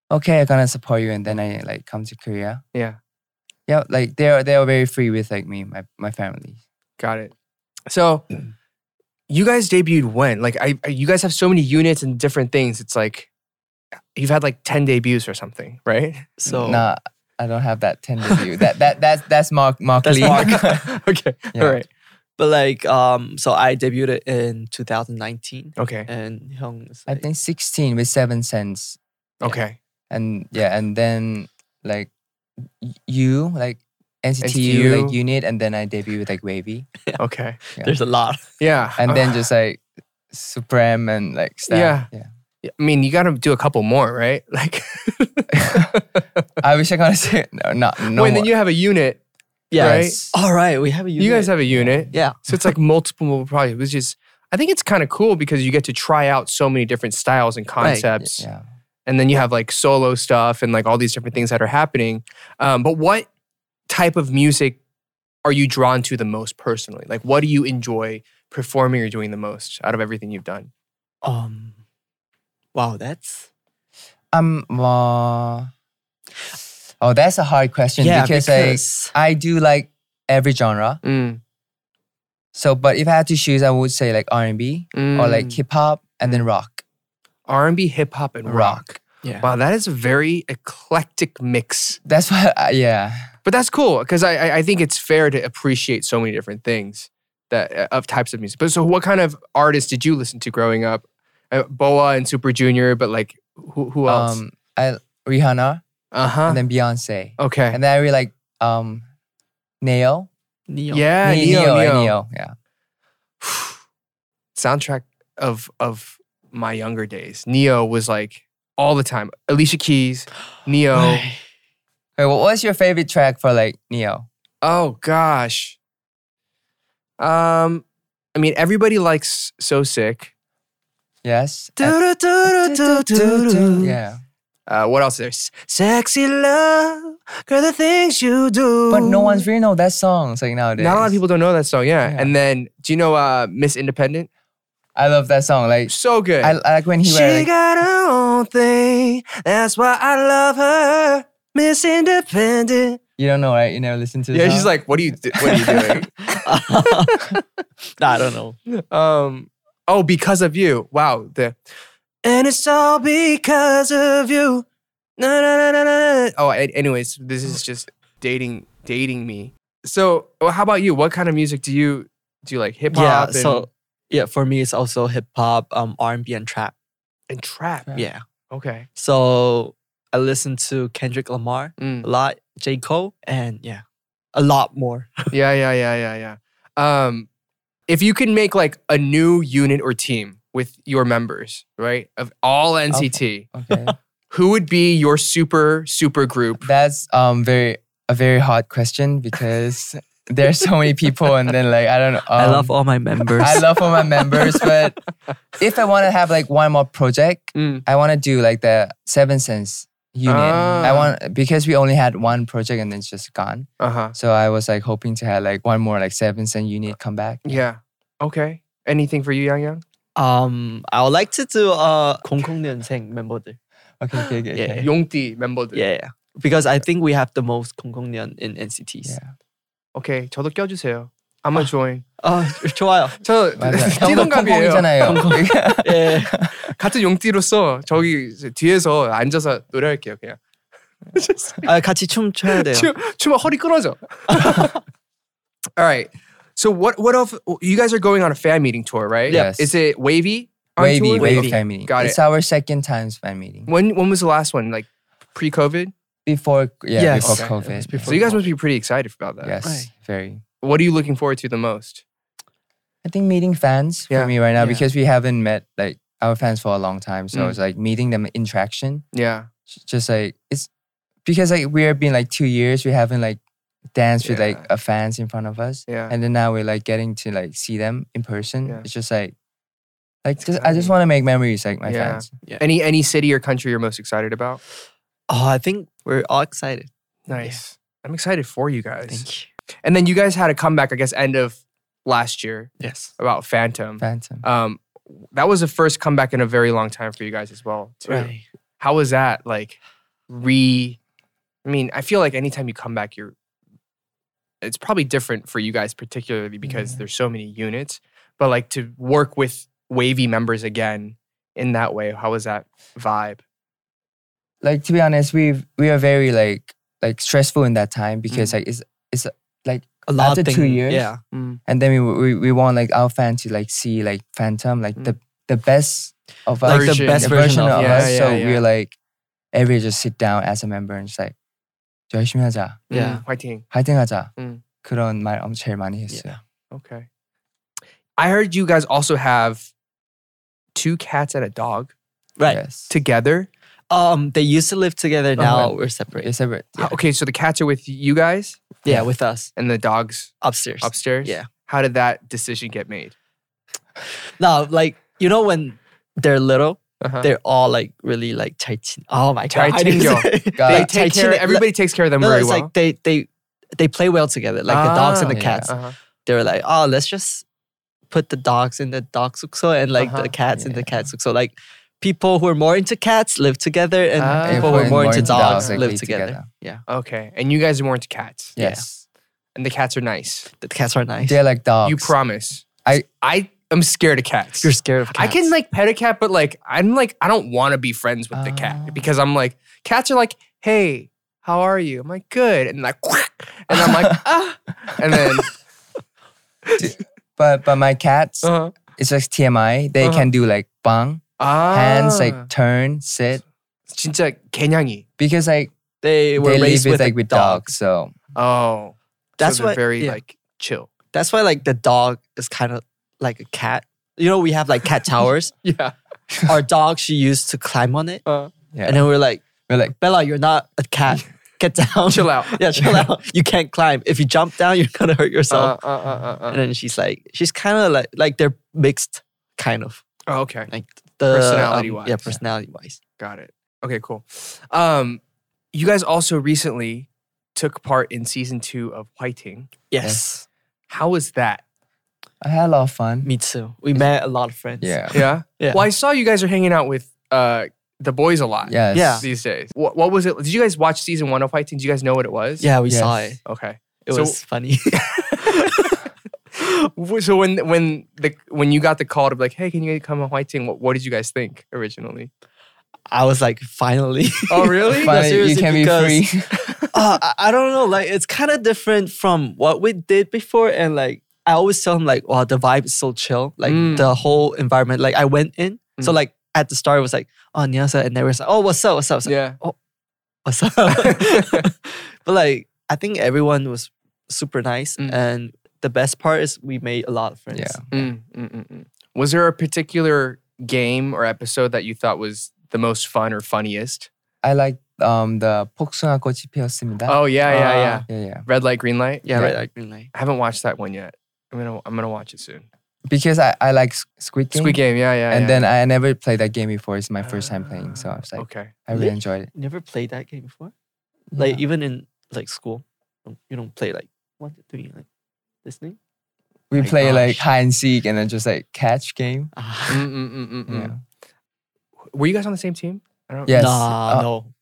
Speaker 3: Okay, I'm gonna support you. And then I like come to Korea.
Speaker 4: yeah.
Speaker 3: Yeah, like they are they are very free with like me, my my family.
Speaker 4: Got it. So you guys debuted when? Like I I- you guys have so many units and different things. It's like you've had like 10 debuts or something, right?
Speaker 5: So
Speaker 3: Nah, I don't have that tender view. that that that's that's Mark Mark
Speaker 5: That's
Speaker 3: Lee.
Speaker 5: Mark.
Speaker 4: okay.
Speaker 3: Yeah.
Speaker 4: All right.
Speaker 5: but like um so I debuted in 2019
Speaker 4: Okay.
Speaker 5: and Hyung is
Speaker 3: I
Speaker 5: like,
Speaker 3: think sixteen with seven cents.
Speaker 4: Okay.
Speaker 3: And yeah, and then like y- you, like
Speaker 4: NCTU.
Speaker 3: NCTU, like unit, and then I debut with like Wavy.
Speaker 4: Okay.
Speaker 3: Yeah.
Speaker 5: there's a lot.
Speaker 4: Yeah. Uh,
Speaker 3: And then just like Supreme and like stuff.
Speaker 4: Yeah.
Speaker 3: yeah.
Speaker 4: I mean, you got to do a couple more, right? Like
Speaker 3: I wish I gotta say no, not no.
Speaker 4: when then
Speaker 3: more.
Speaker 4: you have a unit.
Speaker 5: Yeah.
Speaker 4: Right?
Speaker 5: it's- All right, we have a unit.
Speaker 4: You guys have a unit.
Speaker 5: yeah.
Speaker 4: So it's like multiple projects, which is I think it's kind of cool because you get to try out so many different styles and
Speaker 5: Right.
Speaker 4: concepts.
Speaker 3: yeah.
Speaker 4: and then you have like solo stuff and like all these different things that are happening. Um, but what type of music are you drawn to the most personally? Like, what do you enjoy performing or doing the most out of everything you've done?
Speaker 5: Um wow, that's
Speaker 3: Um. Well, oh, that's a hard question
Speaker 5: yeah,
Speaker 3: because,
Speaker 5: because
Speaker 3: like, I do like every genre.
Speaker 4: Mm,
Speaker 3: So, but if I had to choose, I would say like R and B or like
Speaker 4: Mm.
Speaker 3: hip hop and then rock.
Speaker 4: R and B, hip hop, and rock.
Speaker 3: Rock.
Speaker 5: Yeah.
Speaker 4: Wow, that is a very eclectic mix.
Speaker 3: That's why, I, yeah,
Speaker 4: But that's cool because I I- I think it's fair to appreciate so many different things that uh, of types of music. But so, what kind of artists did you listen to growing up? Uh, Boa and Super Junior, but like who who else?
Speaker 3: um, I Rihanna
Speaker 4: uh huh.
Speaker 3: and then Beyonce,
Speaker 4: Okay.
Speaker 3: and then I really like um, Neo,
Speaker 5: Neo.
Speaker 4: Yeah,
Speaker 3: Ne-
Speaker 4: Neo, Neo,
Speaker 3: and Neo, yeah,
Speaker 4: Soundtrack of of my younger days. Neo was like all the time. Alicia Keys, Neo.
Speaker 5: Right.
Speaker 3: Wait, what was your favorite track for like Neo?
Speaker 4: oh gosh. Um, I mean, everybody likes So Sick.
Speaker 3: Yes, Uh,
Speaker 4: Yeah.
Speaker 3: yeah,
Speaker 4: Uh, what else? There's sexy love, girl, the things you do.
Speaker 3: but no one's really know that song like nowadays.
Speaker 4: Not a lot of people don't know that song. Yeah.
Speaker 3: Yeah.
Speaker 4: And then, do you know uh, Miss Independent?
Speaker 3: I love that song. Like
Speaker 4: So good.
Speaker 3: I, I like when he
Speaker 4: She
Speaker 3: wear, like,
Speaker 4: got her own thing. That's why I love her. Miss Independent.
Speaker 3: you don't know right? You never listen to. the
Speaker 4: Yeah,
Speaker 5: Uh-huh.
Speaker 4: she's
Speaker 3: song?
Speaker 4: like, what are you, do- what are you
Speaker 5: Nah, I don't know.
Speaker 4: doing? um, oh, because of you. Wow. The, and it's all because of you. Na, na, na, na, na. what? Oh, a- anyways, this is just dating dating me. So, well, how about you? What kind of music do you do? You like hip hop?
Speaker 5: yeah,
Speaker 4: and,
Speaker 5: so yeah, for me it's also hip hop, um, R and B and trap.
Speaker 4: and trap.
Speaker 5: Yeah.
Speaker 4: Okay.
Speaker 5: So I listen to Kendrick Lamar
Speaker 4: Mm.
Speaker 5: a lot, J. Cole, and yeah, a lot more.
Speaker 4: Yeah, yeah, yeah, yeah, yeah. Um, if you can make like a new unit or team with your members, right, of all NCT,
Speaker 3: Okay.
Speaker 4: who would be your super super group?
Speaker 3: That's um very a very hard question because there's so many people and then like I don't know.
Speaker 5: I
Speaker 3: um,
Speaker 5: love all my members.
Speaker 3: I love all my members, but if I want to have like one more project,
Speaker 4: Mm.
Speaker 3: I want to do like the Seven Sense unit. I
Speaker 4: Ah.
Speaker 3: want because we only had one project and then it's just gone.
Speaker 4: Uh huh.
Speaker 3: So I was like hoping to have like one more like Seven Sense unit come back.
Speaker 4: Yeah. Okay. Anything for you, Yang Yang?
Speaker 5: um, I would like to do uh 00年生 member.
Speaker 3: Okay, okay, okay.
Speaker 5: Yeah.
Speaker 3: okay.
Speaker 4: Yongti member.
Speaker 5: Yeah, yeah, because I think we have the most 00年 in NCTs.
Speaker 3: Yeah.
Speaker 4: Okay. 저도 껴주세요. I'm gonna join.
Speaker 5: 아 좋아요.
Speaker 4: 저
Speaker 3: 맞아요. 형도
Speaker 4: 띠동갑이에요.
Speaker 3: 콩콩이잖아요.
Speaker 5: 예.
Speaker 4: 같은 용띠로서 저기 이제 뒤에서 앉아서 노래할게요. 그냥
Speaker 5: 아 같이 춤 춰야 돼요.
Speaker 4: 춤 춤을 허리 끊어져. All right. So what what of you guys are going on a fan meeting tour, right?
Speaker 3: Yes.
Speaker 4: Is it Wavy? on
Speaker 3: Wavy,
Speaker 4: tour?
Speaker 3: wavy fan meeting.
Speaker 4: Got
Speaker 3: it's
Speaker 4: it.
Speaker 3: our second times fan meeting
Speaker 4: When when was the last one? Like pre-COVID?
Speaker 3: before yeah
Speaker 5: Yes.
Speaker 3: before
Speaker 5: Okay. It was
Speaker 3: COVID.
Speaker 5: before
Speaker 4: So you guys must be pretty excited about that.
Speaker 3: yes,
Speaker 5: Right.
Speaker 3: very.
Speaker 4: What are you looking forward to the most?
Speaker 3: I think meeting fans
Speaker 4: Yeah.
Speaker 3: for me right now
Speaker 5: Yeah.
Speaker 3: because we haven't met like our fans for a long time. So
Speaker 4: Mm.
Speaker 3: it's like meeting them interaction.
Speaker 4: Yeah.
Speaker 3: j- Just like it's because like we're been like two years we haven't like danced with like
Speaker 4: Yeah.
Speaker 3: a fans in front of us.
Speaker 4: Yeah.
Speaker 3: And then now we're like getting to like see them in person.
Speaker 4: Yeah.
Speaker 3: It's just like like
Speaker 4: It's
Speaker 3: just, I just
Speaker 4: exciting.
Speaker 3: want to make memories like my
Speaker 4: Yeah.
Speaker 3: fans.
Speaker 4: Any any city or country you're most excited about?
Speaker 5: Oh, I think we're all excited.
Speaker 4: Nice. I'm excited for you guys.
Speaker 5: Thank you.
Speaker 4: And then you guys had a comeback, I guess, end of last year
Speaker 5: Yes.
Speaker 4: about Phantom.
Speaker 3: Phantom.
Speaker 4: Um, that was the first comeback in a very long time for you guys as well. Too.
Speaker 5: Right.
Speaker 4: How was that? Like, re. I mean, I feel like anytime you come back, you're. It's probably different for you guys, particularly because
Speaker 3: Yeah.
Speaker 4: there's so many units. But like to work with wavy members again in that way, how was that vibe?
Speaker 3: like to be honest, we we are very like like stressful in that time because like it's it's like
Speaker 5: A lot
Speaker 3: After
Speaker 5: of thing-
Speaker 3: two years?
Speaker 5: Yeah. Mm,
Speaker 3: and then we we, we want like our fan to like see like Phantom like the the best of us,
Speaker 5: Like the
Speaker 4: Version.
Speaker 5: best version of
Speaker 4: Yeah,
Speaker 3: us.
Speaker 5: us.
Speaker 3: so
Speaker 4: yeah.
Speaker 3: we're like every just sit down as a member and just like 열심히 하자,
Speaker 5: Yeah.
Speaker 4: 음, 화이팅.
Speaker 3: 화이팅하자
Speaker 4: 음.
Speaker 3: 그런 말 엄청 제일 많이 했어요.
Speaker 4: Okay. I heard you guys also have two cats and a dog
Speaker 5: Right.
Speaker 3: Yes.
Speaker 4: together.
Speaker 5: Um, they used to live together. Now
Speaker 3: right.
Speaker 5: we're separate.
Speaker 3: It's separate.
Speaker 4: How- Okay, so the cats are with you guys
Speaker 5: Yeah, with us
Speaker 4: and the dogs
Speaker 5: upstairs.
Speaker 4: upstairs.
Speaker 5: Yeah.
Speaker 4: How did that decision get made?
Speaker 5: Now, like you know, when they're little,
Speaker 4: Uh-huh.
Speaker 5: they're all like really like chai chin. Oh my god, Uh, I didn't
Speaker 4: Chai-chin-yo.
Speaker 5: say-
Speaker 3: Got
Speaker 4: They
Speaker 3: it.
Speaker 5: like
Speaker 4: take
Speaker 5: Tai
Speaker 4: care.
Speaker 5: Chi-
Speaker 4: Everybody takes care of them
Speaker 5: No,
Speaker 4: very
Speaker 5: it's
Speaker 4: well.
Speaker 5: like they they they play well together, like the dogs and the
Speaker 3: Ah,
Speaker 5: cats.
Speaker 4: Uh-huh.
Speaker 5: They were like, oh, let's just put the dogs in the dog sukso and like
Speaker 4: Uh-huh.
Speaker 5: the cats in the cat sukso. Like people who are more into cats live together, and
Speaker 4: Ah.
Speaker 5: people who are
Speaker 3: Everyone
Speaker 5: more into dogs
Speaker 3: like,
Speaker 5: live
Speaker 3: live
Speaker 5: together.
Speaker 3: together.
Speaker 5: Yeah,
Speaker 4: Okay, and you guys are more into cats,
Speaker 5: Yeah.
Speaker 3: Yes,
Speaker 4: and the cats are nice.
Speaker 5: the cats are nice.
Speaker 3: they're like dogs.
Speaker 4: You promise?
Speaker 3: I-
Speaker 4: I am scared of cats.
Speaker 5: You're scared of
Speaker 4: I
Speaker 5: cats.
Speaker 4: can like pet a cat, but like I'm like I don't want to be friends with the
Speaker 5: Ah.
Speaker 3: Oh.
Speaker 4: cat because I'm like cats are like, hey, how are you? I'm like good, and like quack, and I'm like ah, and then
Speaker 3: but but my cats,
Speaker 4: uh-huh.
Speaker 3: it's like TMI. They
Speaker 4: Uh-huh.
Speaker 3: can do like bang.
Speaker 4: ah,
Speaker 3: hands like turn sit
Speaker 4: 진짜 개냥이.
Speaker 3: because like
Speaker 5: they were
Speaker 3: they
Speaker 5: raised
Speaker 3: live with
Speaker 5: with a
Speaker 3: like with
Speaker 5: dog.
Speaker 3: dogs so
Speaker 4: Oh,
Speaker 5: That's
Speaker 4: so they're
Speaker 5: what-
Speaker 4: very
Speaker 5: yeah.
Speaker 4: like chill.
Speaker 5: That's why like the dog is kind of like a cat. You know, we have like cat towers.
Speaker 4: Yeah.
Speaker 5: Our dog, she used to climb on it,
Speaker 4: Uh,
Speaker 3: yeah
Speaker 5: and then we're like,
Speaker 3: we're like
Speaker 5: Bella, you're not a cat. Get down.
Speaker 4: Chill out.
Speaker 5: yeah, chill out. You can't climb. If you jump down, you're gonna hurt
Speaker 4: uh,
Speaker 5: yourself.
Speaker 4: uh, uh, uh,
Speaker 5: and then she's like, she's kind of like like they're mixed, kind of
Speaker 4: Oh, okay.
Speaker 5: like the um,
Speaker 4: Personality-wise.
Speaker 5: Yeah, personality wise.
Speaker 4: Got it. Okay, cool. Um, you guys also recently took part in season two of Whiting.
Speaker 5: Yes.
Speaker 4: How was that?
Speaker 3: I had a lot of fun
Speaker 5: me too. We met a lot of friends.
Speaker 3: yeah
Speaker 4: Yeah.
Speaker 5: Yeah.
Speaker 4: Well, I saw you guys are hanging out with uh the boys a lot.
Speaker 3: yes
Speaker 5: Yeah.
Speaker 4: These days. What, what was it? Did you guys watch season one of Whiting? Did you guys know what it was?
Speaker 5: Yeah, we
Speaker 3: Yes.
Speaker 5: saw it.
Speaker 4: Okay.
Speaker 5: It
Speaker 4: So-
Speaker 5: was funny.
Speaker 4: so when when the when you got the call to be like, hey, can you come on Whiting? What, what did you guys think originally?
Speaker 5: I was like, finally.
Speaker 4: Oh, really?
Speaker 5: But
Speaker 3: Finally, you
Speaker 5: seriously,
Speaker 3: can be
Speaker 5: because-
Speaker 3: free.
Speaker 5: uh, I, I don't know. Like it's kind of different from what we did before, and like I always tell him like, "Wow, the vibe is so chill." Like
Speaker 4: Mm.
Speaker 5: the whole environment. Like I went in, so like at the start it was like, "Oh, Nyasa," and they were like, "Oh, what's up? What's up? What's up?"
Speaker 4: yeah.
Speaker 5: what's up? but like, I think everyone was super nice,
Speaker 4: Mm.
Speaker 5: and the best part is we made a lot of friends.
Speaker 3: Yeah.
Speaker 4: Mm, mm, mm, mm. Was there a particular game or episode that you thought was the most fun or funniest?
Speaker 3: I like um the 복숭아 꽃이 피었습니다.
Speaker 4: Oh yeah, yeah, yeah.
Speaker 3: yeah, yeah.
Speaker 4: Red light, green light.
Speaker 5: yeah,
Speaker 3: Uh, Yeah.
Speaker 5: right. Like, green light.
Speaker 4: I haven't watched that one yet. I'm gonna I'm gonna watch it soon.
Speaker 3: Because I, I like Squ- Squid Game.
Speaker 4: Squid Game, yeah, yeah.
Speaker 3: And
Speaker 4: yeah.
Speaker 3: then I never played that game before. It's my first time playing, so I was like,
Speaker 4: okay,
Speaker 3: I really enjoyed it.
Speaker 5: Never played that game before. Like even in like school, don't- you don't play like what do you like listening?
Speaker 3: we
Speaker 5: Oh my
Speaker 3: play like
Speaker 5: gosh.
Speaker 3: hide and seek and then just like catch game.
Speaker 5: Ah,
Speaker 4: Mm, mm, mm, mm, mm.
Speaker 3: Yeah.
Speaker 4: Were you guys on the same team? I don't.
Speaker 3: Yes.
Speaker 5: Nah,
Speaker 3: uh,
Speaker 5: no.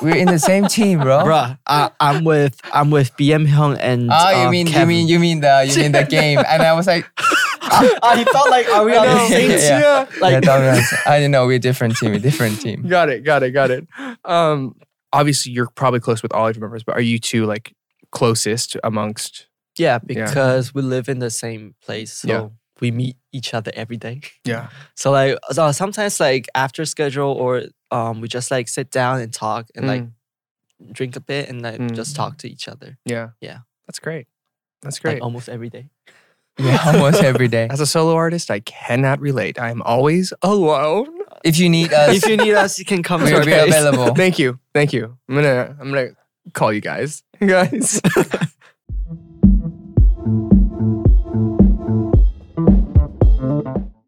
Speaker 3: We're in the same team, bro.
Speaker 5: Bruh, I, I'm with I'm with BM Hyung and
Speaker 3: Oh,
Speaker 5: uh,
Speaker 3: you mean
Speaker 5: Kevin.
Speaker 3: you mean you mean the you mean the game? And I was like,
Speaker 5: Ah, he thought like are we on the
Speaker 3: know.
Speaker 5: same
Speaker 3: Yeah,
Speaker 5: tier?
Speaker 4: yeah.
Speaker 3: yeah,
Speaker 5: Like
Speaker 3: that was- I didn't know we're different team, we're different team.
Speaker 4: Got it. Got it. Got it. Um, obviously, you're probably close with all of your members, but are you two like closest amongst?
Speaker 5: yeah, because we live in the same place, so
Speaker 4: Yeah.
Speaker 5: we meet each other every day.
Speaker 4: Yeah.
Speaker 5: So like so sometimes like after schedule or um we just like sit down and talk and
Speaker 3: Mm.
Speaker 5: like drink a bit and like
Speaker 4: Mm.
Speaker 5: just talk to each other.
Speaker 4: Yeah.
Speaker 5: Yeah.
Speaker 4: That's great. That's great.
Speaker 5: Like almost every day.
Speaker 3: Yeah, almost every day.
Speaker 4: As a solo artist, I cannot relate. I am always alone.
Speaker 3: If you need us,
Speaker 5: if you need us, you can come to
Speaker 3: we're,
Speaker 5: our
Speaker 3: we're
Speaker 5: place.
Speaker 3: available.
Speaker 4: Thank you. Thank you. I'm gonna I'm gonna call you guys. Guys.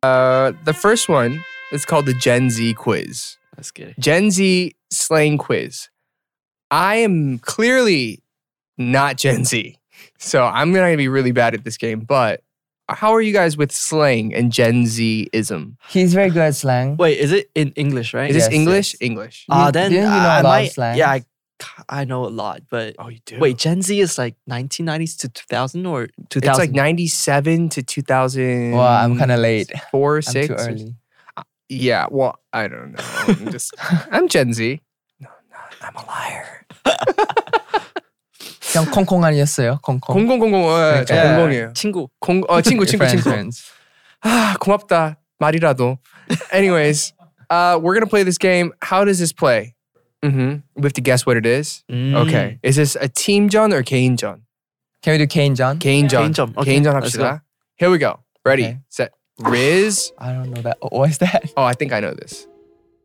Speaker 4: uh the first one is called the Gen Z quiz.
Speaker 5: Let's get it.
Speaker 4: Gen Z slang quiz. I am clearly not Gen Z. So I'm gonna be really bad at this game, but how are you guys with slang and Gen Z ism?
Speaker 3: He's very good at slang.
Speaker 5: Wait, is it in English, right?
Speaker 4: Is
Speaker 3: Yes,
Speaker 4: this English?
Speaker 3: yes.
Speaker 4: English.
Speaker 3: You-
Speaker 5: Uh, then
Speaker 3: didn't you know
Speaker 5: I
Speaker 3: a lot of
Speaker 5: might,
Speaker 3: slangs?
Speaker 5: yeah, I, ca- I know a lot, but
Speaker 4: Oh, you do.
Speaker 5: wait, Gen Z is like 1990s to 2000 or 2000?
Speaker 4: It's like 97 to 2000.
Speaker 3: Well, I'm kind of late.
Speaker 4: Four,
Speaker 3: I'm
Speaker 4: six.
Speaker 3: too
Speaker 4: or-
Speaker 3: early.
Speaker 4: Yeah. Well, I don't know. I'm just, I'm Gen Z. No, no, I'm a liar.
Speaker 3: 그냥 콩콩 아니었어요?
Speaker 4: Oh.
Speaker 3: 콩콩.
Speaker 4: 공공공공. 어, 저
Speaker 3: 그러니까.
Speaker 4: 공공이에요.
Speaker 5: 친구.
Speaker 4: 공, 어, uh, 친구, 친구,
Speaker 3: Friends,
Speaker 4: 친구.
Speaker 3: friends.
Speaker 4: 아, 고맙다. 말이라도. Anyways, uh, we're going to play this game. How does this play? Mm-hmm. We have to guess what it is.
Speaker 3: Mm.
Speaker 4: Okay. Is this a team John or Kane John?
Speaker 3: Can we do Kane John?
Speaker 4: Kane John.
Speaker 5: Kane John. Okay,
Speaker 4: Kane John
Speaker 5: let's
Speaker 4: 합시다. Here we go. Ready,
Speaker 3: Okay.
Speaker 4: set, Riz.
Speaker 3: I don't know that. Oh, what is that?
Speaker 4: Oh, I think I know this.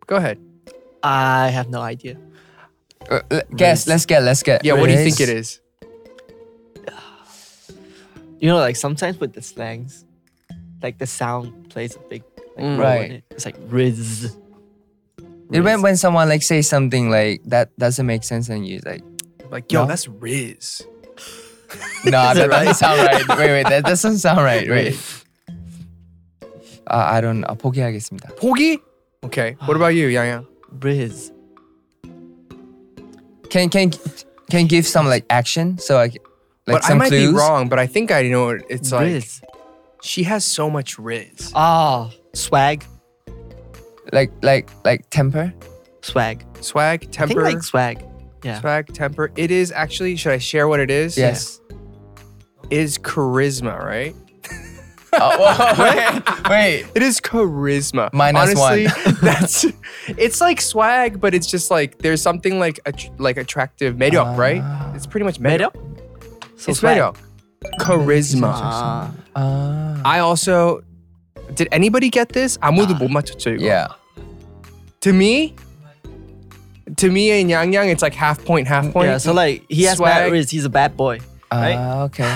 Speaker 4: Go ahead.
Speaker 5: Mm, I have no idea.
Speaker 3: Uh, le- guess. Let's get. Let's get.
Speaker 4: Yeah, what do you think it is?
Speaker 5: You know, like sometimes with the slangs, like the sound plays a big like,
Speaker 4: Mm.
Speaker 5: role in
Speaker 3: Right.
Speaker 5: it. It's like Riz.
Speaker 3: It when when someone like say something like that doesn't make sense and you like
Speaker 4: Like,
Speaker 3: yo,
Speaker 4: that's Riz.
Speaker 3: no that doesn't sound right. Wait wait that doesn't sound right. Wait. Uh, I don't. 아, 포기하겠습니다.
Speaker 4: Pogi? Okay. What about you, Yang Yang?
Speaker 5: Riz.
Speaker 3: Can can can give some like action so I c- like
Speaker 4: but I
Speaker 3: some
Speaker 4: might
Speaker 3: clues.
Speaker 4: be wrong, but I think I know it. It's like
Speaker 5: Riz.
Speaker 4: she has so much Riz.
Speaker 5: Ah, swag.
Speaker 3: Like like like temper.
Speaker 5: Swag.
Speaker 4: Swag,
Speaker 5: I think
Speaker 4: temper.
Speaker 5: like swag. Yeah.
Speaker 4: Swag, temper. It is actually, should I share what it is?
Speaker 3: Yes.
Speaker 4: It is charisma, right?
Speaker 3: Oh, whoa, wait wait.
Speaker 4: It is charisma.
Speaker 3: Minus
Speaker 4: Honestly,
Speaker 3: one.
Speaker 4: that's it's like swag, but it's just like there's something like att- like attractive 매력, right?
Speaker 3: Ah.
Speaker 4: It's pretty much 매력.
Speaker 5: So
Speaker 4: It's 매력. Charisma.
Speaker 5: Ah,
Speaker 3: Ah.
Speaker 4: I also did anybody get this? 아무도 못 맞췄죠 이거.
Speaker 3: yeah.
Speaker 4: To me, to me and Yang Yang, it's like half point, half
Speaker 3: Mm,
Speaker 4: point.
Speaker 5: yeah. So like he has
Speaker 4: Swag.
Speaker 5: bad Riz. He's a bad boy. Right?
Speaker 3: Ah, okay.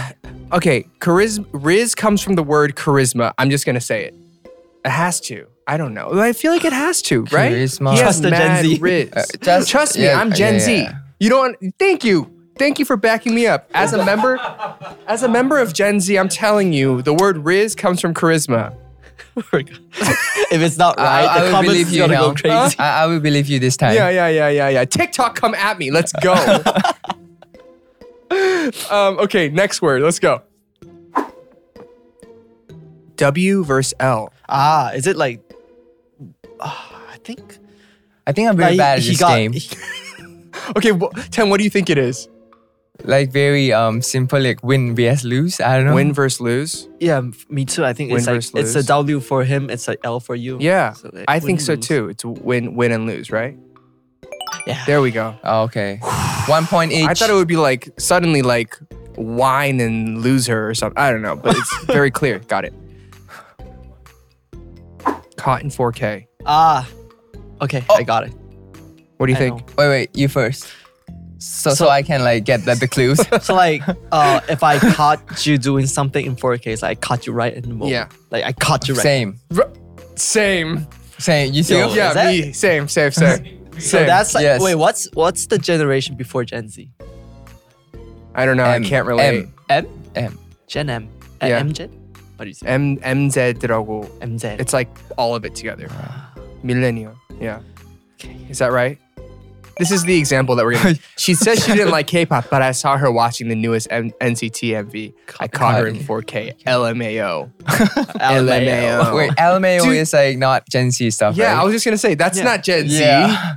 Speaker 4: okay, charisma. Riz comes from the word charisma. I'm just gonna say it. It has to. I don't know. I feel like it has to, right?
Speaker 3: Charisma.
Speaker 4: He has
Speaker 5: Trust the Gen
Speaker 4: mad
Speaker 5: Z.
Speaker 4: Riz.
Speaker 3: Uh, just-
Speaker 4: Trust me,
Speaker 3: yeah,
Speaker 4: I'm Gen
Speaker 3: yeah,
Speaker 4: Z.
Speaker 3: yeah.
Speaker 4: You don't. Thank you. Thank you for backing me up. As a member, as a member of Gen Z, I'm telling you, the word Riz comes from charisma.
Speaker 5: if it's not
Speaker 3: I,
Speaker 5: right,
Speaker 3: I
Speaker 5: the
Speaker 3: will
Speaker 5: comments
Speaker 3: believe
Speaker 5: is
Speaker 3: you
Speaker 5: gonna
Speaker 3: now.
Speaker 5: go crazy.
Speaker 3: I, I will believe you this time.
Speaker 4: Yeah, yeah, yeah, yeah, yeah. TikTok, come at me. Let's go. um, okay, next word. Let's go. W versus L.
Speaker 5: Ah, is it like? Ah, I think
Speaker 3: I think I'm very
Speaker 5: Like,
Speaker 3: bad at
Speaker 5: he
Speaker 3: this
Speaker 5: got-
Speaker 3: game.
Speaker 4: Okay, wh- Tim, what do you think it is?
Speaker 3: Like very um simple, like win vs lose. I don't know.
Speaker 4: Win versus lose?
Speaker 5: Yeah, m- me too. I think
Speaker 4: Win
Speaker 5: it's like
Speaker 4: versus
Speaker 5: it's a
Speaker 4: lose.
Speaker 5: W for him. It's a L for you.
Speaker 4: Yeah,
Speaker 5: So they
Speaker 4: I think
Speaker 5: win,
Speaker 4: so
Speaker 5: lose.
Speaker 4: too. It's win, win and lose, right?
Speaker 5: Yeah.
Speaker 4: There we go.
Speaker 3: Oh, okay. One point each.
Speaker 4: I thought it would be like suddenly like wine and loser or something. I don't know, but it's very clear. Got it. Caught in 4K.
Speaker 5: Ah, okay,
Speaker 4: Oh.
Speaker 5: I got it.
Speaker 4: What do you
Speaker 5: I
Speaker 4: think?
Speaker 5: know.
Speaker 3: Wait, wait. You first. So, so
Speaker 5: So-
Speaker 3: I can like get the, the clues.
Speaker 5: So like, uh, if I caught you doing something in 4K, it's like I caught you right in the moment.
Speaker 4: Yeah.
Speaker 5: like I caught you right.
Speaker 3: Same,
Speaker 4: Same.
Speaker 3: same. You see?
Speaker 5: Yo,
Speaker 4: yeah,
Speaker 5: Oh, is that-
Speaker 4: me. Same, same, same.
Speaker 5: So that's like,
Speaker 3: Yes.
Speaker 5: wait, what's what's the generation before Gen Z?
Speaker 4: I don't know. I I
Speaker 3: M,
Speaker 4: can't relate.
Speaker 3: M,
Speaker 5: M,
Speaker 3: M.
Speaker 5: Gen M, uh,
Speaker 4: Yeah.
Speaker 5: MZ. What do you say?
Speaker 4: M MZ Drago.
Speaker 5: MZ.
Speaker 4: It's like all of it together. Millennial. Yeah. Is that right? This is the example that we're gonna. she says she didn't like K-pop, but I saw her watching the newest M- NCT MV. I caught her in 4K. LMAO. LMAO.
Speaker 3: Wait, LMAO
Speaker 4: Dude.
Speaker 3: is like not Gen Z stuff.
Speaker 4: Yeah,
Speaker 3: right?
Speaker 4: I was just gonna say that's
Speaker 5: Yeah.
Speaker 4: not Gen Z.
Speaker 3: Yeah.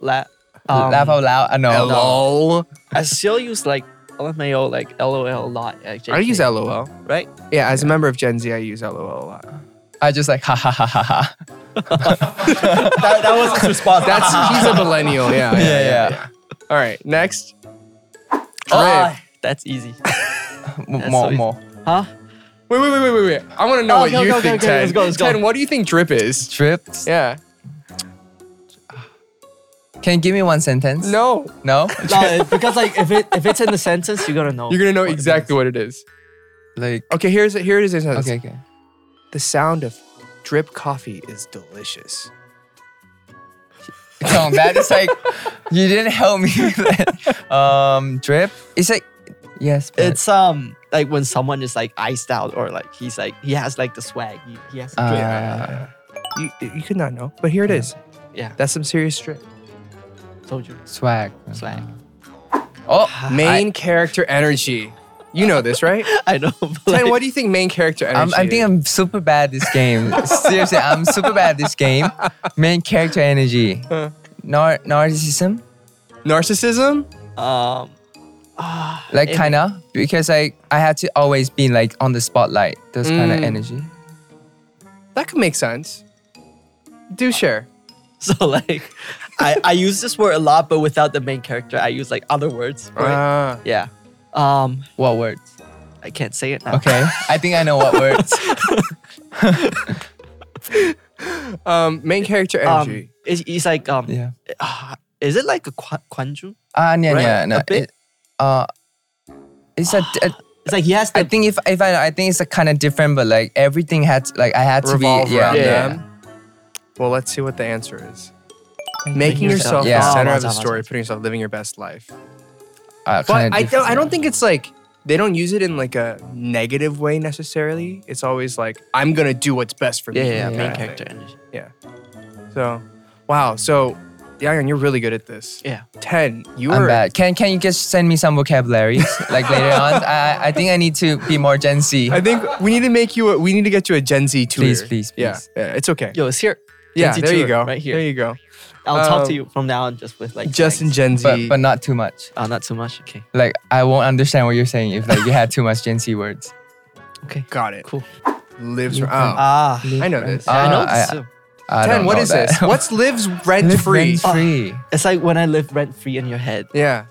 Speaker 5: La- um,
Speaker 3: Laugh out loud. I know.
Speaker 4: LOL.
Speaker 5: I still use like LMAO, like LOL a lot. Actually,
Speaker 4: I use LOL.
Speaker 5: right?
Speaker 4: Yeah, as a member of Gen Z, I use LOL a lot.
Speaker 3: I just like ha ha ha ha ha.
Speaker 5: that, that was his response.
Speaker 4: That's he's a millennial. Yeah.
Speaker 3: Yeah, yeah.
Speaker 4: All right, next.
Speaker 5: Ah, that's easy.
Speaker 3: M-
Speaker 5: That's
Speaker 3: More,
Speaker 5: so easy.
Speaker 3: more.
Speaker 5: Huh?
Speaker 4: Wait, wait, wait, wait, wait, wait. I want to know
Speaker 5: Oh,
Speaker 4: what
Speaker 5: go,
Speaker 4: you
Speaker 5: go, go,
Speaker 4: think,
Speaker 5: go,
Speaker 4: Ted.
Speaker 5: let's go, let's go.
Speaker 4: Ted, what do you think drip is?
Speaker 3: Trips.
Speaker 4: Yeah.
Speaker 3: Can you give me one sentence?
Speaker 4: No.
Speaker 3: No.
Speaker 5: No, it- because like if it if it's in the sentence, you're gonna know.
Speaker 4: You're gonna know
Speaker 5: what it
Speaker 4: exactly what it is.
Speaker 3: like.
Speaker 4: Okay, here's here it is. here's another.
Speaker 3: Okay, okay.
Speaker 4: The sound of drip coffee is delicious.
Speaker 3: Come on, that is like you didn't help me. with that. um, drip. It's like yes, but
Speaker 5: It's um like when someone is like iced out or like he's like he has like the swag. He, he has
Speaker 3: uh,
Speaker 4: You, you could not know, but here it is.
Speaker 5: yeah.
Speaker 4: That's some serious drip. Uh,
Speaker 5: Told you
Speaker 3: swag.
Speaker 5: swag.
Speaker 3: Oh,
Speaker 4: Main character energy. You know this, right?
Speaker 5: I know. But
Speaker 4: Ted,
Speaker 5: like,
Speaker 4: what do you think main character
Speaker 3: I'm,
Speaker 4: energy?
Speaker 3: I think
Speaker 4: is?
Speaker 3: I'm super bad at this game. Seriously, I'm super bad at this game. Main character energy. Nar- narcissism,
Speaker 4: narcissism.
Speaker 5: um
Speaker 3: like
Speaker 5: Em-
Speaker 3: kind of because like I had to always be like on the spotlight. Those kind of
Speaker 4: Mm.
Speaker 3: energy.
Speaker 4: That could make sense. Do share.
Speaker 5: so like I I use this word a lot, but without the main character, I use like other words. for it.
Speaker 4: Ah.
Speaker 5: yeah. Um,
Speaker 3: What words?
Speaker 5: I can't say it now.
Speaker 3: Okay, I think I know what words.
Speaker 4: um, main character
Speaker 5: Um,
Speaker 4: energy.
Speaker 5: it's, it's like um,
Speaker 3: Yeah.
Speaker 5: ah, is it like a quan- kwanju?
Speaker 3: Ah, yeah,
Speaker 5: Right,
Speaker 3: yeah,
Speaker 5: a
Speaker 3: no.
Speaker 5: bit.
Speaker 3: it- uh, it's a. a
Speaker 5: It's like he has the
Speaker 3: I think if if I I think it's a kind of different, but like everything had to, like I had to
Speaker 4: Revolve
Speaker 3: be yeah,
Speaker 4: around
Speaker 3: yeah.
Speaker 4: them. Well, let's see what the answer is. Making yourself
Speaker 3: Yeah.
Speaker 4: the center
Speaker 5: Oh,
Speaker 4: of the
Speaker 5: awesome,
Speaker 4: story,
Speaker 5: awesome.
Speaker 4: putting yourself living your best life.
Speaker 3: Uh,
Speaker 4: But
Speaker 3: kinda
Speaker 4: I don't, I
Speaker 3: different.
Speaker 4: don't think it's like they don't use it in like a negative way necessarily. It's always like I'm gonna do what's best for
Speaker 5: yeah,
Speaker 4: me.
Speaker 5: yeah, yeah,
Speaker 4: kind
Speaker 5: main
Speaker 4: of
Speaker 5: character
Speaker 4: thing.
Speaker 5: energy.
Speaker 4: So, wow. So, Yang, you're really good at this.
Speaker 5: Yeah.
Speaker 4: Ten. You
Speaker 3: I'm
Speaker 4: are.
Speaker 3: bad. Can can you just send me some vocabularies like later on? I I think I need to be more Gen Z.
Speaker 4: I think we need to make you. A, we need to get you a Gen Z tour.
Speaker 3: Please, please,
Speaker 4: Yeah.
Speaker 3: please.
Speaker 4: Yeah. It's okay.
Speaker 5: Yo, it's here.
Speaker 4: yeah.
Speaker 5: Gen Z
Speaker 4: there you
Speaker 5: tour,
Speaker 4: go.
Speaker 5: Right here.
Speaker 4: There you go.
Speaker 5: I'll talk
Speaker 4: Um,
Speaker 5: to you from now on just with like
Speaker 4: Just in
Speaker 5: slangs.
Speaker 4: Gen Z.
Speaker 3: but but not too much.
Speaker 5: Oh, not too much. Okay.
Speaker 3: Like I won't understand what you're saying if like you had too much Gen Z words.
Speaker 5: Okay.
Speaker 4: got it.
Speaker 5: Cool.
Speaker 4: Lives. Oh,
Speaker 5: Ah.
Speaker 4: I know this.
Speaker 5: I know
Speaker 3: Ah,
Speaker 5: this
Speaker 3: I-
Speaker 5: too.
Speaker 3: I
Speaker 4: Ten.
Speaker 3: don't
Speaker 4: What
Speaker 3: know
Speaker 4: is
Speaker 3: that.
Speaker 4: this? What's Uh. lives rent
Speaker 3: Live
Speaker 4: free?
Speaker 3: rent free?
Speaker 5: It's like when I live rent free in your head.
Speaker 4: Yeah.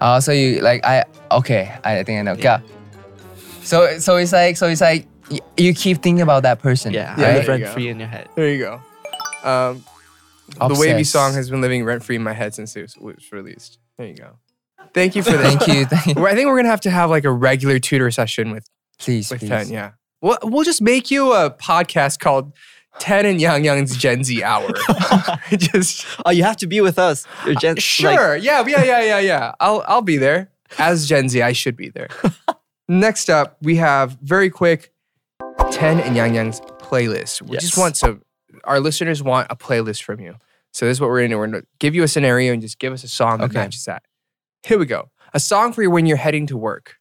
Speaker 3: Oh, so you like I okay? I think I know. Yeah. So so it's like so it's like y- you keep thinking about that person.
Speaker 5: Yeah,
Speaker 4: Yeah,
Speaker 5: I
Speaker 4: there
Speaker 5: live
Speaker 4: you
Speaker 5: rent
Speaker 4: go.
Speaker 5: free in your head.
Speaker 4: There you go. Um, The Wavy song has been living rent free in my head since it was- was released. There you go. Thank you for this.
Speaker 3: Thank you. Thank you.
Speaker 4: Well, I think we're gonna have to have like a regular tutor session with
Speaker 3: Please,
Speaker 4: with
Speaker 3: please.
Speaker 4: Ten. Yeah. We'll we'll just make you a podcast called Ten and Yang Yang's Gen Z Hour. just
Speaker 5: Oh, you have to be with us. You're Gen.
Speaker 4: sure. yeah. Yeah. Yeah. Yeah. Yeah. I'll I'll be there as Gen Z. I should be there. Next up, we have very quick Ten and Yang Yang's playlist. We just
Speaker 5: Yes.
Speaker 4: want some. Our listeners want a playlist from you. So this is what we're gonna do. We're gonna give you a scenario and just give us a song that
Speaker 3: Okay.
Speaker 4: matches that. Here we go. A song for you when you're heading to work.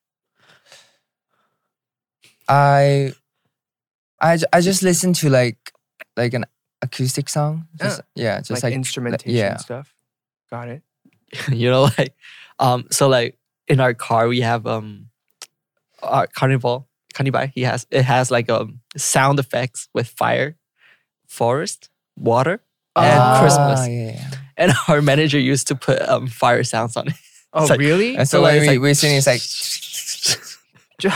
Speaker 3: I, I, ju- I just listen to like like an acoustic song. Just, yeah. just
Speaker 4: like,
Speaker 3: like,
Speaker 4: instrumentation
Speaker 3: yeah.
Speaker 4: stuff. Got it.
Speaker 5: you know, like um, so like in our car we have um, our carnival carnival. He has it has like um sound effects with fire, forest, water, and
Speaker 3: Ah,
Speaker 5: Christmas.
Speaker 3: Yeah, yeah.
Speaker 5: And our manager used to put um fire sounds on it.
Speaker 4: Oh,
Speaker 5: It's like-
Speaker 4: really?
Speaker 3: And so,
Speaker 5: So,
Speaker 3: when
Speaker 5: like, it's
Speaker 3: we,
Speaker 5: like-
Speaker 3: we're singing, it's like,
Speaker 4: Ju-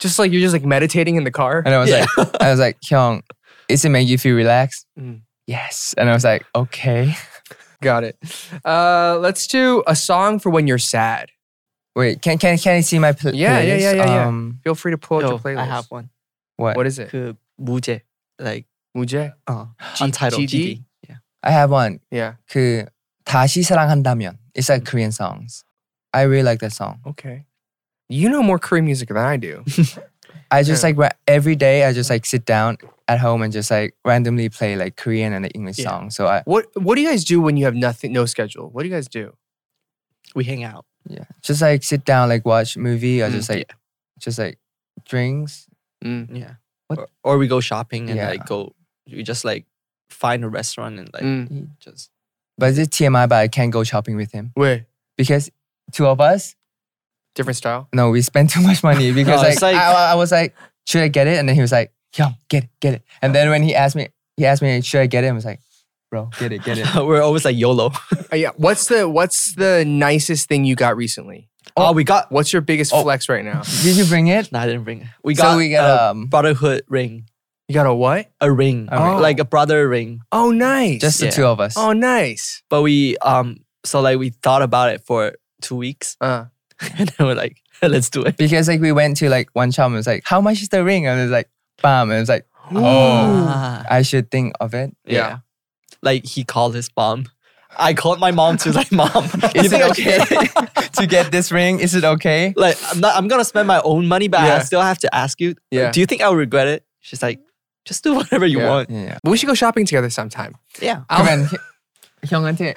Speaker 4: just like you're just like meditating in the car.
Speaker 3: and I was
Speaker 5: Yeah.
Speaker 3: like, I was like, Hyung, is it make you feel relaxed?
Speaker 4: Mm.
Speaker 3: Yes. And I was like, okay.
Speaker 4: Got it. Uh, let's do a song for when you're sad.
Speaker 3: Wait, can can can I see my pl-
Speaker 4: Yeah, yeah,
Speaker 3: playlist?
Speaker 4: yeah, yeah, yeah.
Speaker 3: Um,
Speaker 4: Feel free to pull out
Speaker 5: Yo,
Speaker 4: your playlist.
Speaker 5: I have one.
Speaker 3: what?
Speaker 4: What is it? Uh-huh.
Speaker 5: 그 무제 like
Speaker 4: Muje.
Speaker 5: uh,
Speaker 4: G-
Speaker 5: untitled
Speaker 4: GD?
Speaker 5: GD. Yeah.
Speaker 3: I have one.
Speaker 4: Yeah.
Speaker 3: 그 다시 사랑한다면. It's
Speaker 4: Mm.
Speaker 3: like Korean songs. I really like that song.
Speaker 4: Okay. You know more Korean music than I do.
Speaker 3: I just
Speaker 4: Yeah. Mm.
Speaker 3: like ra- every day I just like sit down at home and just like randomly play like Korean and the English
Speaker 4: Yeah.
Speaker 3: song. So I
Speaker 4: what What do you guys do when you have nothing, no schedule? What do you guys do?
Speaker 5: We hang out.
Speaker 3: yeah, just like sit down like watch movie or
Speaker 5: Mm,
Speaker 3: just like just like drinks.
Speaker 5: Yeah.
Speaker 3: What-
Speaker 5: Or, or we go shopping and
Speaker 3: Yeah.
Speaker 5: like go. We just like find a restaurant and like
Speaker 4: Mm.
Speaker 5: just.
Speaker 3: But it's TMI. But I can't go shopping with him
Speaker 4: Wait,
Speaker 3: because two of us.
Speaker 4: different style.
Speaker 3: No, we spent too much money because
Speaker 5: No,
Speaker 3: like,
Speaker 5: it's like-
Speaker 3: I, I was like, should I get it? And then he was like, yo, get it, get it. And then when he asked me, he asked me, should I get it? I was like, bro, get it, get it.
Speaker 5: We're always like YOLO.
Speaker 4: Uh, yeah. What's the What's the nicest thing you got recently?
Speaker 5: Oh, we got.
Speaker 4: What's your biggest
Speaker 3: Oh.
Speaker 4: flex right now?
Speaker 3: Did you bring it?
Speaker 5: No, I didn't bring it. We
Speaker 3: So
Speaker 5: got.
Speaker 3: we got,
Speaker 5: a
Speaker 3: um,
Speaker 5: brotherhood ring.
Speaker 4: You got a what?
Speaker 5: A ring.
Speaker 3: A ring.
Speaker 5: Like a brother ring.
Speaker 4: Oh, nice.
Speaker 3: Just the
Speaker 5: Yeah.
Speaker 3: two of us.
Speaker 4: oh, nice.
Speaker 5: But we um. So like we thought about it for two weeks
Speaker 4: Uh,
Speaker 5: and then we're like, let's do it.
Speaker 3: Because like we went to like one shop and it was like, how much is the ring? And it was like, bam. And it was like, oh,
Speaker 5: Ah.
Speaker 3: I should think of it.
Speaker 5: Yeah. Like he called his mom. I called my mom to like, mom,
Speaker 3: Is
Speaker 5: is
Speaker 3: it
Speaker 5: it
Speaker 3: okay
Speaker 5: okay?
Speaker 3: to get this ring? Is it okay?
Speaker 5: like I'm not I'm gonna spend my own money, but I
Speaker 4: Yeah.
Speaker 5: still have to ask you.
Speaker 4: Yeah.
Speaker 5: Do you think I'll regret it? She's like, just do whatever you
Speaker 4: Yeah.
Speaker 5: want.
Speaker 3: Yeah.
Speaker 4: we should go shopping together sometime.
Speaker 5: Yeah.
Speaker 3: Come on. Hyung,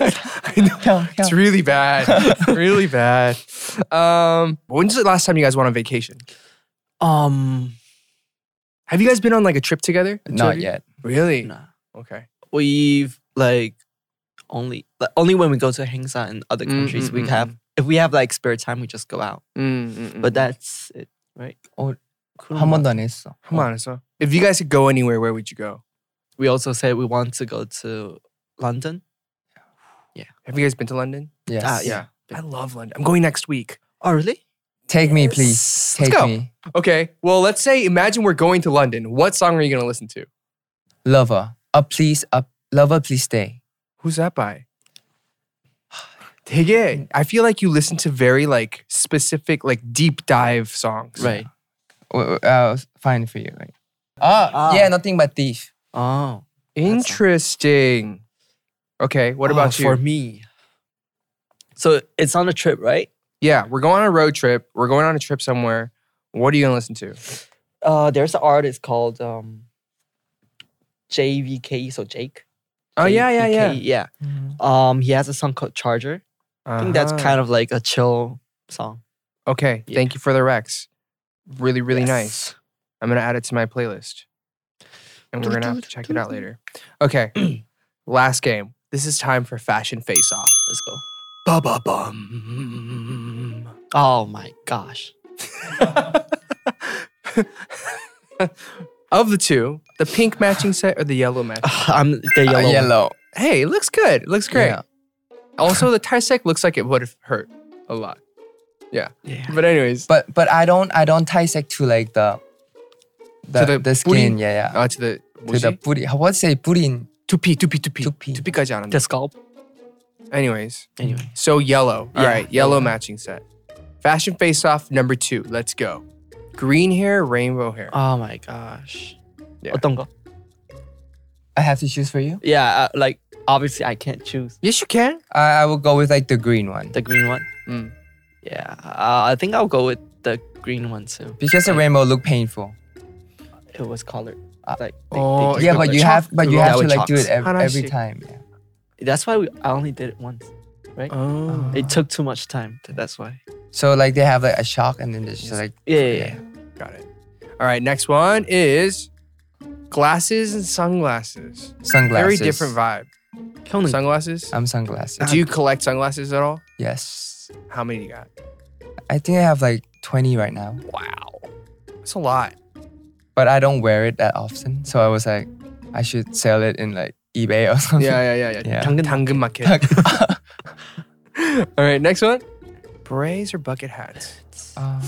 Speaker 4: It's really bad. really bad. Um, when's the last time you guys went on vacation?
Speaker 5: Um
Speaker 4: Have you guys been on like a trip together? The two of
Speaker 3: Not
Speaker 4: you?
Speaker 3: yet.
Speaker 4: Really?
Speaker 5: No.
Speaker 4: Okay.
Speaker 5: we've like only like, only when we go to Hengsa and other
Speaker 4: Mm,
Speaker 5: countries
Speaker 4: mm,
Speaker 5: we
Speaker 4: mm,
Speaker 5: have if we have like spare time we just go out.
Speaker 4: But
Speaker 5: But that's it, right?
Speaker 3: 어, 한
Speaker 5: Cool.
Speaker 3: 번도 안 했어.
Speaker 4: come on, so if you guys could go anywhere, where would you go?
Speaker 5: We also said we want to go to London.
Speaker 4: Have you guys been to London?
Speaker 3: Yes.
Speaker 5: Ah, yeah.
Speaker 4: I love London. I'm going next week.
Speaker 5: Oh really?
Speaker 3: Take me, please.
Speaker 4: Let's
Speaker 3: Take
Speaker 4: go.
Speaker 3: me.
Speaker 4: Okay. Well, let's say imagine we're going to London. What song are you gonna listen to?
Speaker 3: Lover. Uh, please, uh, lover, please stay.
Speaker 4: Who's that by? 되게, I feel like you listen to very like specific, like deep dive songs.
Speaker 5: Right.
Speaker 3: W- w- Uh, fine for you. Right?
Speaker 4: Ah,
Speaker 3: Oh, yeah, nothing but thief.
Speaker 5: Oh.
Speaker 4: Interesting. Okay. What
Speaker 5: Oh,
Speaker 4: about you?
Speaker 5: For me. So it's on a trip, right?
Speaker 4: Yeah, we're going on a road trip. We're going on a trip somewhere. What are you gonna listen to?
Speaker 5: Uh, there's an artist called um, JVK, so Jake.
Speaker 4: Oh yeah, yeah, yeah. Mm-hmm.
Speaker 5: JVK, yeah. Um, he has a song called Charger. I
Speaker 3: Uh-huh.
Speaker 5: think that's kind of like a chill song.
Speaker 4: Uh-huh. okay.
Speaker 5: yeah.
Speaker 4: Thank you for the Rex. Really, really
Speaker 5: Yes.
Speaker 4: nice. I'm gonna add it to my playlist, and we're gonna have to check it out later. Okay, last game. This is time for fashion face off.
Speaker 5: Let's go.
Speaker 4: Ba ba bum.
Speaker 5: Oh my gosh.
Speaker 4: Of the two, the pink matching set or the yellow match?
Speaker 5: I'm the
Speaker 3: Uh,
Speaker 5: yellow. one.
Speaker 3: yellow.
Speaker 4: hey, it looks good. It looks great.
Speaker 3: Yeah.
Speaker 4: Also, the tie sec looks like it would have hurt a lot. Yeah.
Speaker 5: Yeah.
Speaker 4: But anyways,
Speaker 3: But but I don't I don't dissect to like the the,
Speaker 4: the
Speaker 3: the,
Speaker 4: Oh, booty?
Speaker 3: skin. Yeah, yeah.
Speaker 4: 아, uh, to the
Speaker 3: to the
Speaker 4: 뭐지?
Speaker 3: booty. How- What's say booty?
Speaker 4: 두피, 두피, 두피.
Speaker 3: 두피.
Speaker 4: 두피까지 안 한다.
Speaker 5: The scalp.
Speaker 4: Anyways,
Speaker 5: Anyway.
Speaker 4: so yellow. All
Speaker 5: Yeah.
Speaker 4: right, yellow matching set. Fashion face off number two. Let's go. Green hair, rainbow hair.
Speaker 5: Oh my gosh.
Speaker 4: Yeah.
Speaker 5: 어떤 거?
Speaker 3: I have to choose for you.
Speaker 5: Yeah. Uh, like obviously I can't choose
Speaker 4: yes, you can.
Speaker 3: I, I will go with like the green one
Speaker 5: the green one.
Speaker 4: Mm.
Speaker 5: Yeah. Uh, I think I'll go with the green one too.
Speaker 3: because the rainbow look painful.
Speaker 5: It was colored. like they,
Speaker 4: oh,
Speaker 5: they
Speaker 4: It's
Speaker 3: Yeah,
Speaker 4: not
Speaker 3: but
Speaker 4: like
Speaker 3: you
Speaker 4: chalk.
Speaker 3: have but you
Speaker 5: Yeah,
Speaker 3: have to
Speaker 5: with
Speaker 3: like do it
Speaker 5: chalks.
Speaker 3: ev-
Speaker 4: How do I
Speaker 3: every
Speaker 4: see?
Speaker 3: time. Yeah.
Speaker 5: That's why we, I only did it once. Right?
Speaker 4: Oh.
Speaker 5: It took too much time. th- That's why.
Speaker 3: So like they have like a shock and then there's just like
Speaker 5: Yeah. yeah, yeah.
Speaker 4: Got it. All right, next one is Glasses and sunglasses. Very
Speaker 3: Sunglasses.
Speaker 4: different vibe.
Speaker 5: 형은
Speaker 4: Sunglasses?
Speaker 3: I'm sunglasses.
Speaker 4: Do you collect sunglasses at all?
Speaker 3: yes.
Speaker 4: How many you got?
Speaker 3: I think I have like 20 right now,
Speaker 4: Wow. That's a lot.
Speaker 3: but I don't wear it that often. So I was like, I should sell it in like eBay or something.
Speaker 4: Yeah, yeah, yeah. yeah.
Speaker 3: Yeah.
Speaker 4: Tangan, Tangan market. all right, next one. Berets or bucket hats?
Speaker 3: Uh,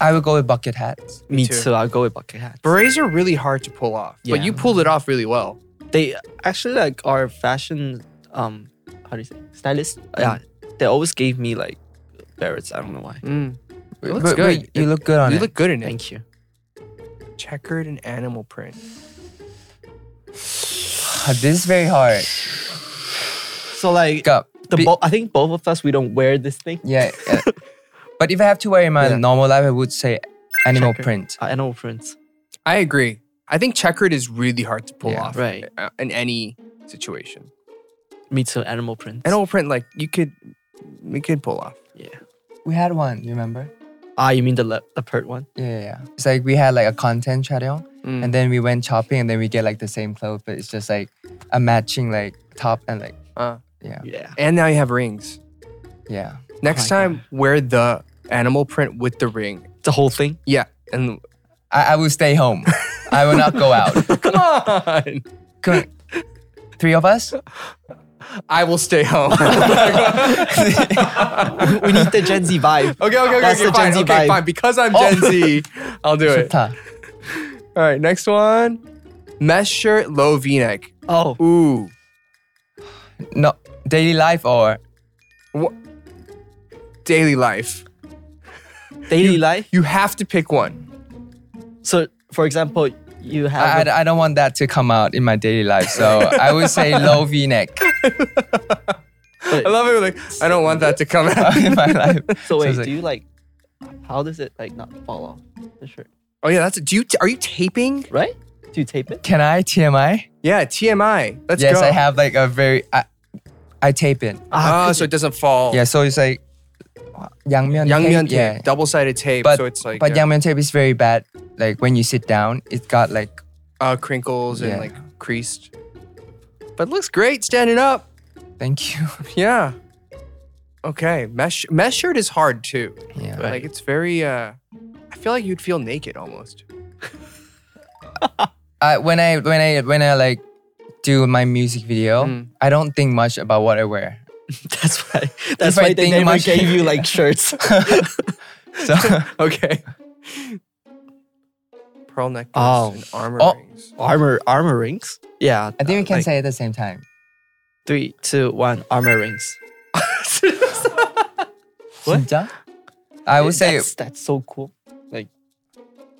Speaker 3: I would go with bucket hats.
Speaker 5: me
Speaker 4: too.
Speaker 5: too. I'll go with bucket hats.
Speaker 4: Berets are really hard to pull off, but
Speaker 5: Yeah.
Speaker 4: you pulled it off really well.
Speaker 5: they actually like our fashion um how do you say stylist yeah they always gave me like berets i don't know why
Speaker 4: Mm.
Speaker 3: It
Speaker 4: looks good.
Speaker 3: you look good on it.
Speaker 4: You look good in it.
Speaker 5: thank you
Speaker 4: Checkered and animal print.
Speaker 3: this is very hard.
Speaker 5: so like
Speaker 3: Go.
Speaker 5: the
Speaker 3: Be-
Speaker 5: bo- i think both of us we don't wear this thing
Speaker 3: Yeah. yeah. but if I have to wear in my normal life, I would say animal print.
Speaker 5: uh, animal prints
Speaker 4: I agree. I think checkered is really hard to pull
Speaker 3: Yeah,
Speaker 4: off
Speaker 5: right.
Speaker 4: uh, in any situation.
Speaker 5: me too animal prints
Speaker 4: Animal print, like you could, we could pull off.
Speaker 5: yeah
Speaker 3: We had one, you remember?
Speaker 5: ah you mean the le- leopard one
Speaker 3: Yeah, yeah, yeah. It's like we had like a content channel
Speaker 4: Mm.
Speaker 3: and then we went shopping and then we get like the same clothes, but it's just like a matching like top and like,
Speaker 4: Uh,
Speaker 3: yeah,
Speaker 5: yeah
Speaker 4: and now you have rings.
Speaker 3: yeah.
Speaker 4: Next time, wear the animal print with the ring.
Speaker 5: the whole thing
Speaker 4: Yeah, and
Speaker 3: I, I will stay home. I will not go out.
Speaker 4: come on,
Speaker 3: Come on. Three of us?
Speaker 4: I will stay home.
Speaker 5: we need the gen z vibe
Speaker 4: Okay, okay, okay,
Speaker 5: That's
Speaker 4: okay,
Speaker 5: the Gen
Speaker 4: fine,
Speaker 5: Z
Speaker 4: okay,
Speaker 5: vibe.
Speaker 4: fine. Because I'm Gen
Speaker 3: Oh.
Speaker 4: Z, I'll do it.
Speaker 3: Ta.
Speaker 4: All right, next one. Mesh shirt, low V-neck.
Speaker 5: oh
Speaker 4: Ooh,
Speaker 3: No, daily life or
Speaker 4: daily life.
Speaker 5: daily life
Speaker 4: You have to pick one.
Speaker 5: so for example you
Speaker 3: I,
Speaker 5: have a-
Speaker 3: I, I don't want that to come out in my daily life. So I would say low V neck
Speaker 5: wait,
Speaker 4: I love it. Like I don't want that to come out.
Speaker 3: in my life.
Speaker 5: so wait
Speaker 3: it's like-
Speaker 5: do you like how does it like not fall off the shirt
Speaker 4: Oh yeah, that's. Do you are you taping?
Speaker 5: right do you tape it
Speaker 3: Can I TMI?
Speaker 4: Yeah, TMI. Let's
Speaker 3: yes,
Speaker 4: go.
Speaker 3: I have like a very. I, I tape it.
Speaker 4: Ah, so it doesn't fall.
Speaker 3: Yeah, so it's like yangmyeon
Speaker 4: Young
Speaker 3: tape. Yeah,
Speaker 4: tape, double sided tape.
Speaker 3: but
Speaker 4: so it's like uh,
Speaker 3: but
Speaker 4: yeah,
Speaker 3: yangmyeon tape is very bad. Like when you sit down, it got like
Speaker 4: uh, crinkles and
Speaker 3: Yeah.
Speaker 4: like creased. But it looks great standing up.
Speaker 3: thank you.
Speaker 4: Yeah. Okay, mesh mesh shirt is hard too.
Speaker 3: yeah,
Speaker 4: Like it's very. uh I feel like you'd feel naked almost.
Speaker 3: I, Uh, when I when I when I like do my music video, I don't think much about what I wear.
Speaker 5: That's why. That's
Speaker 3: I
Speaker 5: why they
Speaker 3: think
Speaker 5: never
Speaker 3: much-
Speaker 5: gave you like shirts.
Speaker 3: So
Speaker 4: Okay. Pearl necklace
Speaker 5: Oh.
Speaker 4: and armor
Speaker 3: Oh.
Speaker 4: rings.
Speaker 5: armor, armor rings. Yeah,
Speaker 3: I think we can
Speaker 5: like
Speaker 3: say at the same time.
Speaker 5: three, two, one. Armor rings. What?
Speaker 3: 진짜? I would say
Speaker 5: that's, that's so cool. Like,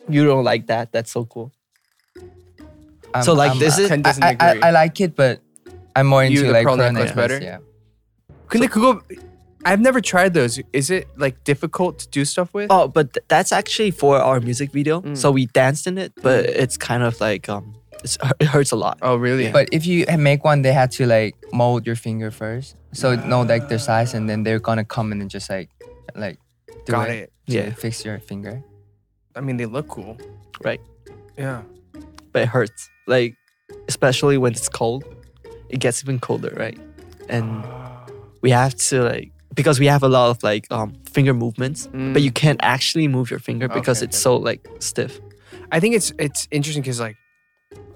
Speaker 5: you don't like that. That's so cool.
Speaker 3: um,
Speaker 5: so like
Speaker 3: um,
Speaker 5: this is
Speaker 4: Ken doesn't
Speaker 3: I, I,
Speaker 4: agree.
Speaker 3: I, I like it, but I'm more into
Speaker 4: the
Speaker 3: like
Speaker 4: pearl
Speaker 3: pearl
Speaker 4: necklace
Speaker 3: necklace,
Speaker 4: better?
Speaker 3: Yeah.
Speaker 4: 근데 그거 I've never tried those. Is it like difficult to do stuff with?
Speaker 5: oh, but th- that's actually for our music video. So we danced in it, but it's kind of like um, it's, it hurts a lot.
Speaker 4: Oh, really?
Speaker 3: But if you ha- make one, they had to like mold your finger first, so it know like their size, and then they're gonna come in and just like, like, do
Speaker 4: got
Speaker 3: it.
Speaker 4: it.
Speaker 3: to
Speaker 5: Yeah.
Speaker 3: fix your finger.
Speaker 4: I mean, they look cool.
Speaker 5: Right.
Speaker 4: Yeah.
Speaker 5: But it hurts. Like, especially when it's cold, it gets even colder, right? And we have to like because we have a lot of like um finger movements, but
Speaker 3: Mm.
Speaker 5: you can't actually move your finger because
Speaker 4: Okay,
Speaker 5: it's so like stiff.
Speaker 4: I think it's it's interesting because like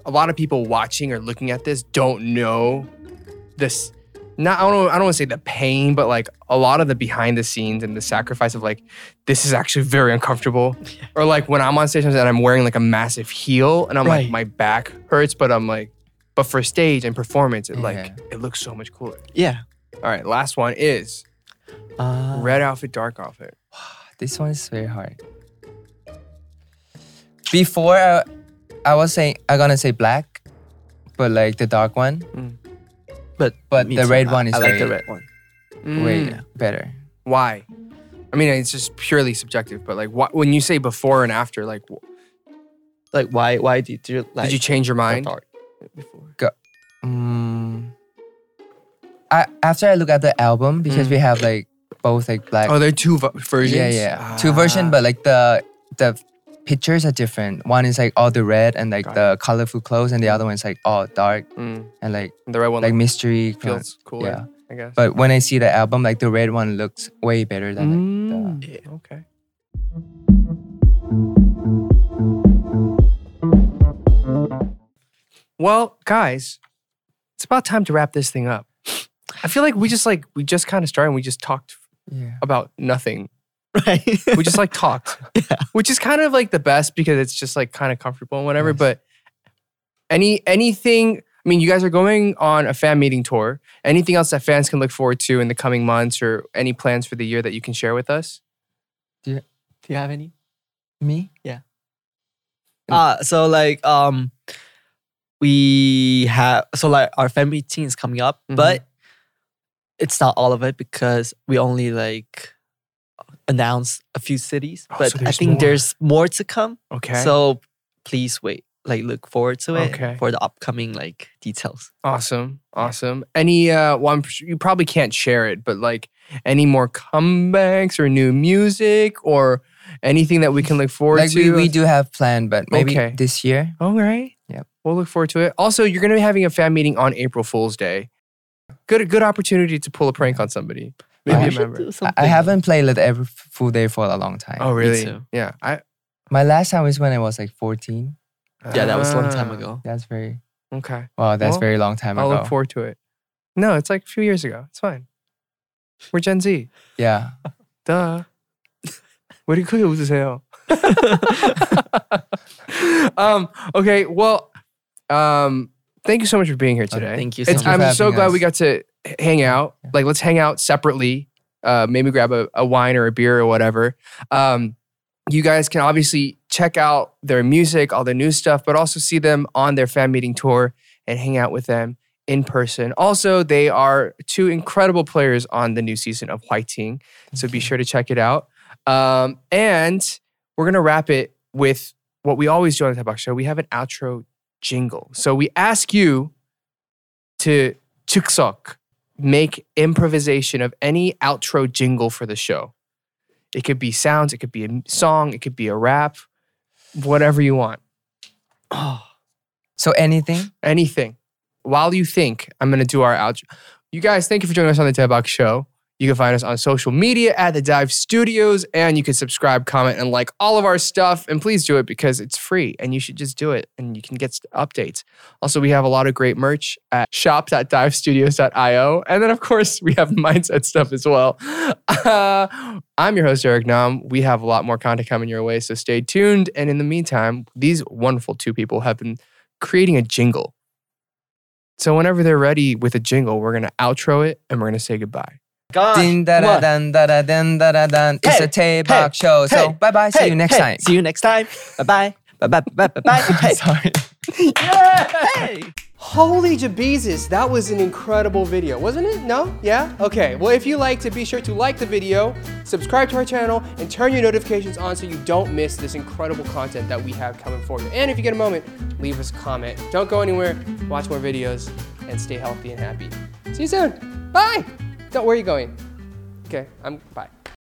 Speaker 4: a lot of people watching or looking at this don't know this. Not I don't I don't want to say the pain, but like a lot of the behind the scenes and the sacrifice of like this is actually very uncomfortable. Or like when I'm on stage and I'm wearing like a massive heel and I'm like
Speaker 5: Right.
Speaker 4: my back hurts, but I'm like, but for stage and performance, it like
Speaker 3: Yeah.
Speaker 4: it looks so much cooler.
Speaker 5: Yeah.
Speaker 4: All right, last one is
Speaker 5: Uh,
Speaker 4: red outfit, dark outfit.
Speaker 3: This one is very hard. Before I, I was saying I gonna say black, but like the dark one
Speaker 5: but
Speaker 3: But
Speaker 5: me
Speaker 3: the
Speaker 5: too.
Speaker 3: red
Speaker 5: I-
Speaker 3: one is
Speaker 5: I like the
Speaker 3: very-
Speaker 5: red one.
Speaker 3: way
Speaker 4: Mm.
Speaker 3: better.
Speaker 4: why? I mean, it's just purely subjective, but like, wh- when you say before and after, like, wh-
Speaker 5: Like why why did you like
Speaker 4: did you change your
Speaker 5: the
Speaker 4: mind?
Speaker 5: dark before?
Speaker 3: Mm. I after I look at the album because we have like both like black.
Speaker 4: Oh, there are two v- versions.
Speaker 3: Yeah, yeah. Two version, but like the the pictures are different. One is like all the red and like
Speaker 4: Got
Speaker 3: the colorful clothes, and the other one's like all dark
Speaker 4: Mm.
Speaker 3: and like
Speaker 4: The red one
Speaker 3: like mystery. kind of-
Speaker 4: feels cooler,
Speaker 3: yeah.
Speaker 4: I guess.
Speaker 3: But when I see the album, like the red one looks way better
Speaker 4: Mm,
Speaker 3: than like, the
Speaker 4: Yeah, okay. Well, guys, it's about time to wrap this thing up. I feel like we just like we just kind of started and we just talked
Speaker 3: yeah.
Speaker 4: about nothing.
Speaker 5: right?
Speaker 4: We just like talked. Which is kind of like the best because it's just like kind of comfortable and whatever,
Speaker 3: Yes.
Speaker 4: but any anything I mean, you guys are going on a fan meeting tour. Anything else that fans can look forward to in the coming months or any plans for the year that you can share with us?
Speaker 5: Do you have any?
Speaker 3: me.
Speaker 5: Uh so like um we have so like our fan meeting is coming up,
Speaker 4: Mhm.
Speaker 5: but it's not all of it because we only like announced a few cities.
Speaker 4: Oh,
Speaker 5: but
Speaker 4: so
Speaker 5: I
Speaker 4: there's
Speaker 5: think
Speaker 4: more.
Speaker 5: there's more to come.
Speaker 4: Okay.
Speaker 5: So please wait. Like look forward to it
Speaker 4: Okay.
Speaker 5: for the upcoming like details.
Speaker 4: Awesome. Awesome. Any uh well I'm, pr- you probably can't share it, but like any more comebacks or new music or anything that we can look forward
Speaker 3: Like
Speaker 4: to?
Speaker 3: we, we do have planned, but maybe
Speaker 4: Okay.
Speaker 3: this year.
Speaker 4: All right.
Speaker 3: Yep.
Speaker 4: We'll look forward to it. Also, you're gonna be having a fan meeting on April Fool's Day. Good good opportunity to pull a prank on somebody. Maybe
Speaker 3: I
Speaker 4: a
Speaker 5: We should
Speaker 4: member.
Speaker 5: do
Speaker 3: I-
Speaker 5: something.
Speaker 3: I haven't played Let Every Full Day for a long time.
Speaker 4: Oh really?
Speaker 5: too.
Speaker 4: Yeah. I
Speaker 3: My last time was when I was like 14.
Speaker 5: Yeah, that was a long time
Speaker 4: Ah,
Speaker 5: ago.
Speaker 3: That's very,
Speaker 4: Okay.
Speaker 3: wow, that's
Speaker 4: Well,
Speaker 3: very long time
Speaker 4: I'll
Speaker 3: ago.
Speaker 4: look forward to it. No, it's like a few years ago. It's fine. We're Gen Z.
Speaker 3: yeah.
Speaker 4: Duh. 우리 크게 웃으세요. um, okay, well, um, thank you so much for being here
Speaker 3: Oh,
Speaker 4: today.
Speaker 5: thank you so
Speaker 4: It's-
Speaker 5: much.
Speaker 4: I'm
Speaker 3: for
Speaker 4: so
Speaker 3: having
Speaker 4: glad
Speaker 3: us.
Speaker 4: we got to h- hang out. Like, let's hang out separately. Uh, maybe grab a, a wine or a beer or whatever. Um, you guys can obviously check out their music, all their new stuff, but also see them on their fan meeting tour and hang out with them in person. Also, they are two incredible players on the new season of Whiting. So be sure to check it out. Um, and we're going to wrap it with what we always do on the Tabak Show. We have an outro jingle. So we ask you to chuksok, make improvisation of any outro jingle for the show. It could be sounds, it could be a m- song, it could be a rap, whatever you want,
Speaker 3: So anything?
Speaker 4: anything. While you think, I'm going to do our outro. You guys, thank you for joining us on the Tabak Show. You can find us on social media at the Dive Studios, and you can subscribe, comment, and like all of our stuff. And please do it because it's free and you should just do it and you can get st- updates. Also, we have a lot of great merch at shop.divestudios.io. And then, of course, we have mindset stuff as well. Uh, I'm your host, Eric Nam. We have a lot more content coming your way, so stay tuned. And in the meantime, these wonderful two people have been creating a jingle. So whenever they're ready with a jingle, we're gonna outro it and we're gonna say goodbye.
Speaker 5: Gosh,
Speaker 3: Din da da
Speaker 5: what?
Speaker 3: dun da da dun da da dun. It's a
Speaker 5: Hey,
Speaker 3: Tay-Bak
Speaker 5: hey,
Speaker 3: show. So
Speaker 5: hey,
Speaker 3: bye bye. See
Speaker 5: hey,
Speaker 3: you next
Speaker 5: hey,
Speaker 3: time.
Speaker 5: See you next time. Bye bye. Bye bye bye bye bye. Hey.
Speaker 3: Sorry.
Speaker 5: Hey.
Speaker 4: Holy jabezus, that was an incredible video, wasn't it? No? Yeah? Okay. Well, if you liked it, be sure to like the video, subscribe to our channel, and turn your notifications on so you don't miss this incredible content that we have coming for you. And if you get a moment, leave us a comment. Don't go anywhere. Watch more videos and stay healthy and happy. See you soon. Bye. Don't where are you going? Okay. I'm bye.